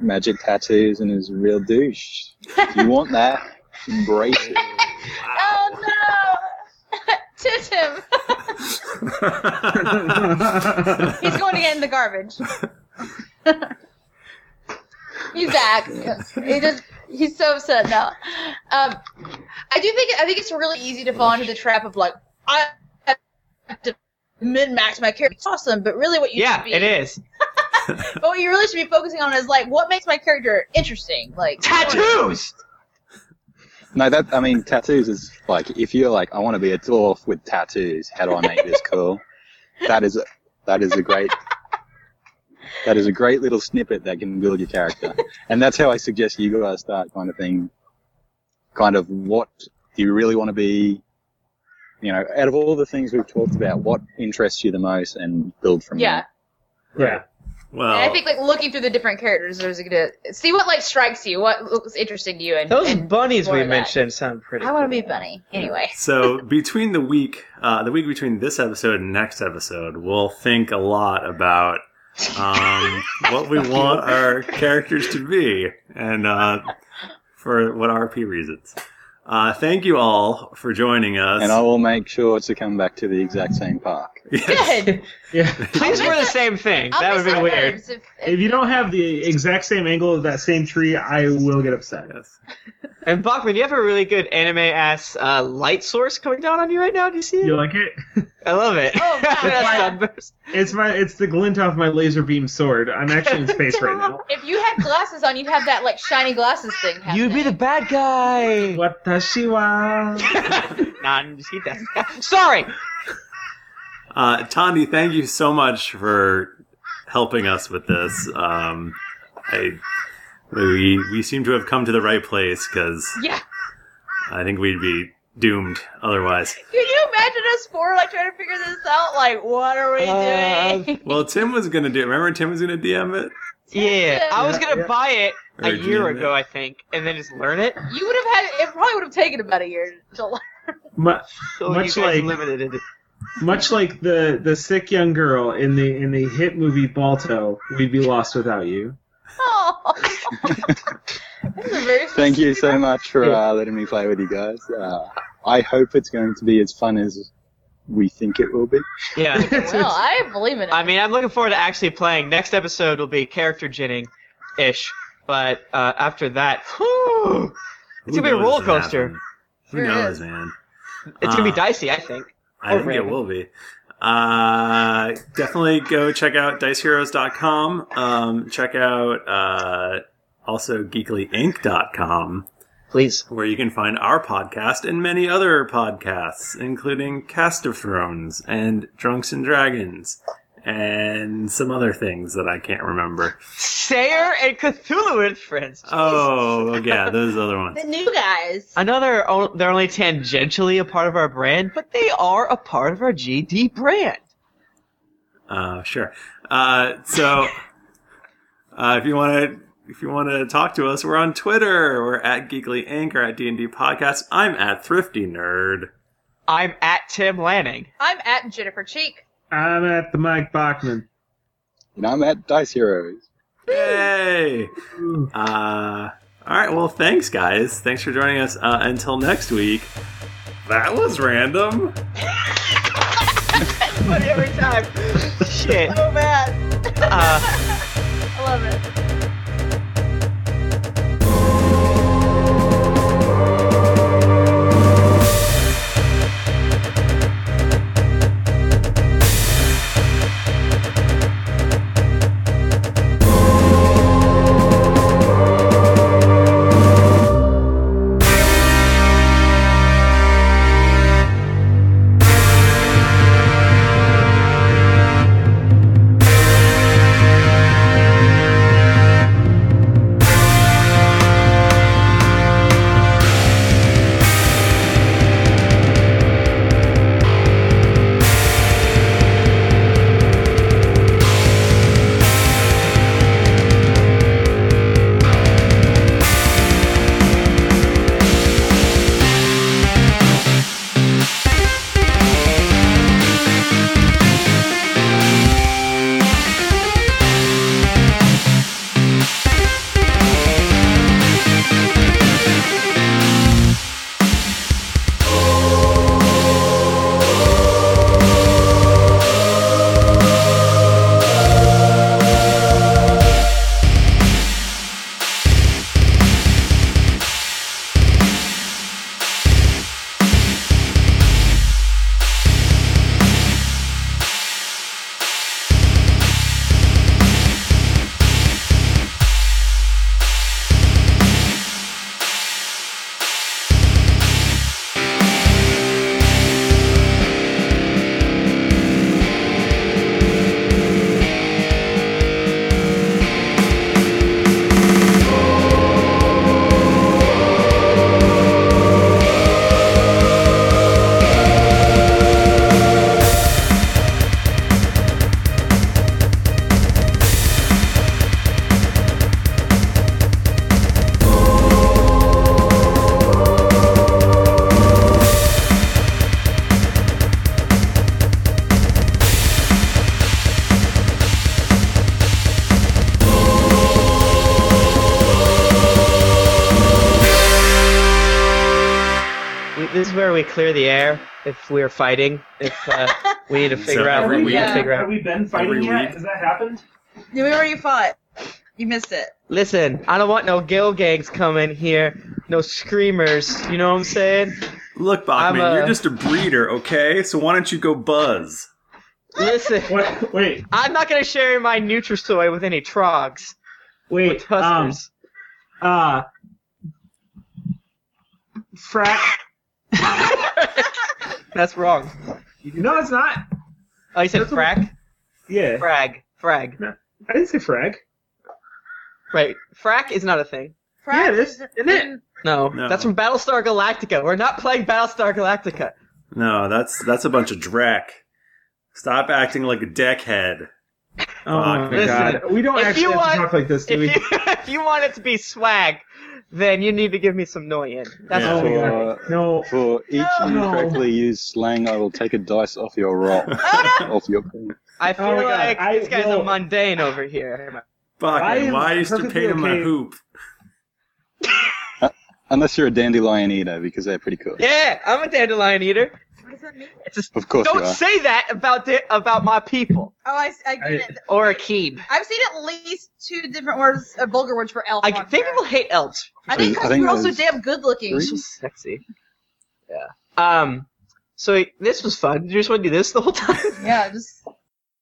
magic tattoos and is a real douche, if you want that, embrace it.
Oh no! Tit him! He's going to get in the garbage. he's back. He just, he's so upset now. Um, I do think I think it's really easy to fall into the trap of like I have to min max my character. It's awesome, but really what you
Yeah,
should be,
it is.
but what you really should be focusing on is like what makes my character interesting. Like
Tattoos!
No, that I mean tattoos is like if you're like I want to be a dwarf with tattoos. How do I make this cool? That is a, that is a great that is a great little snippet that can build your character, and that's how I suggest you guys start kind of thing. Kind of what do you really want to be? You know, out of all the things we've talked about, what interests you the most, and build from
Yeah.
Yeah.
well,
And I think like looking through the different characters, there's a good see what like strikes you, what looks interesting to you, and,
Those
and
bunnies we
explore that.
mentioned sound pretty.
I want to be bunny anyway.
so between the week, uh, the week between this episode and next episode, we'll think a lot about um, what we want our characters to be, and uh, for what RP reasons. Uh, thank you all for joining us.
there. And I will make sure to come back to the exact same park.
Yes.
Good.
Yeah.
Please wear the same thing.
I'll
that would
miss
have been
the
weird.
birds If,
If you don't have the exact same angle of that same tree, I will get upset.
Yes.
And Bachman, you have a really good anime ass uh, light source coming down on you right now. Do you see it?
You like it?
I love it.
Oh, God,
That
yeah.
sunburst.
It's my it's the glint off my laser beam sword. I'm actually in space right now.
if you had glasses on, you'd have that like shiny glasses thing. Happening.
You'd be the bad guy.
Watashi wa.
nah, you see that. Sorry.
Uh, Tandi, thank you so much for helping us with this. Um, I, we we seem to have come to the right place because
yeah.
I think we'd be doomed otherwise.
Can you imagine us four like trying to figure this out? Like, what are we
Uh,
doing?
Well, Tim was gonna do. Remember, Tim was gonna DM it.
Yeah, I was
Yeah,
gonna
yeah.
buy it a
Or
year
DM
ago,
it.
I think, and then just learn it.
You would have had it. Probably would have taken about a year. To,
My,
So
Much
you guys
like-
limited it.
much like the the sick young girl in the in the hit movie Balto, we'd be lost without you.
Oh. This is very
Thank you so much for
Yeah.
uh, letting me play with you guys. Uh, I hope it's going to be as fun as we think it will be.
Yeah.
Well, I believe in it.
I mean, I'm looking forward to actually playing. Next episode will be character ginning ish, but uh, after that, whew, It's gonna
Who
be a
knows
roller
what's gonna
coaster.
happen? Who
Sure
knows,
is.
man?
it's gonna
Uh,
be dicey. I think.
I think it
Overrated.
will be. Uh, definitely go check out diceheroes.com. Um, check out uh, also geeklyinc.com,
Please.
where you can find our podcast and many other podcasts, including Cast of Thrones and Drunks and Dragons and some other things that I can't remember.
Sayer and Cthulhu inference.
Oh, yeah, those other ones.
the new guys.
I know they're o- they're only tangentially a part of our brand, but they are a part of our GD brand.
Uh, sure. Uh, so uh, if you want to. If you want to talk to us, we're on Twitter. We're at Geekly Inc. or at D&D Podcast. I'm at Thrifty Nerd.
I'm at Tim Lanning.
I'm at Jennifer Cheek.
I'm at the Mike Bachman.
And I'm at Dice Heroes.
Yay!
Ooh.
Uh, all right. Well, thanks, guys. Thanks for joining us. Uh, until next week. That was random.
But every time, shit.
So bad.
Uh,
I love it.
we, this is where we clear the air if we're fighting. If uh, we need to
So
figure out
every
what we need
week-
to figure out.
we been
Every week.
Has that happened?
You remember you fought? You missed it.
Listen, I don't want no gill gangs coming here, no screamers. You know what I'm saying?
Look,
I'm,
Bachman,
uh,
you're just a breeder, okay? So why don't you go buzz?
Listen,
What? Wait,
I'm not gonna share my Nutrisoy with any trogs with
wait. Um,
huskers.
uh, frat. um.
That's wrong.
No, it's not.
Oh, you said
That's a-
frag,
Yeah,
frag, frag.
I didn't say frag.
Right, frack is not a thing.
Yeah, it is,
Practice
isn't it?
in-
No,
No.
that's from Battlestar Galactica. We're not playing Battlestar Galactica.
No, that's that's a bunch of drac. Stop acting like a deckhead.
Oh my
Listen,
god, we don't
if
actually
you
have
want-
to talk like this,
If
do we?
you, if you want it to be swag, then you need to give me some Noyan. That's
Yeah.
what we are.
For,
No,
for each
Oh.
No.
incorrectly used slang, I will take a dice off your roll.
Oh no!
off your point.
I feel
oh my God,
like
I
this guy's
will-
a mundane over here.
Fuck,
I
man,
am
why I used to
perfectly
paint him my
okay-
hoop?
Unless you're a dandelion eater, because they're pretty cool.
Yeah, I'm a dandelion eater.
What does that mean?
It's just,
Of course you
don't
are.
say that about the, about my people
Oh, I, I get it.
or a keeb.
I've seen at least two different words, uh, vulgar words for elf.
I
on
think
there.
people hate elves.
I
I
think because
think
you're also
there's
damn good looking.
three.
She's sexy. Yeah. Um. So this was fun. You just want to do this the whole time?
Yeah, just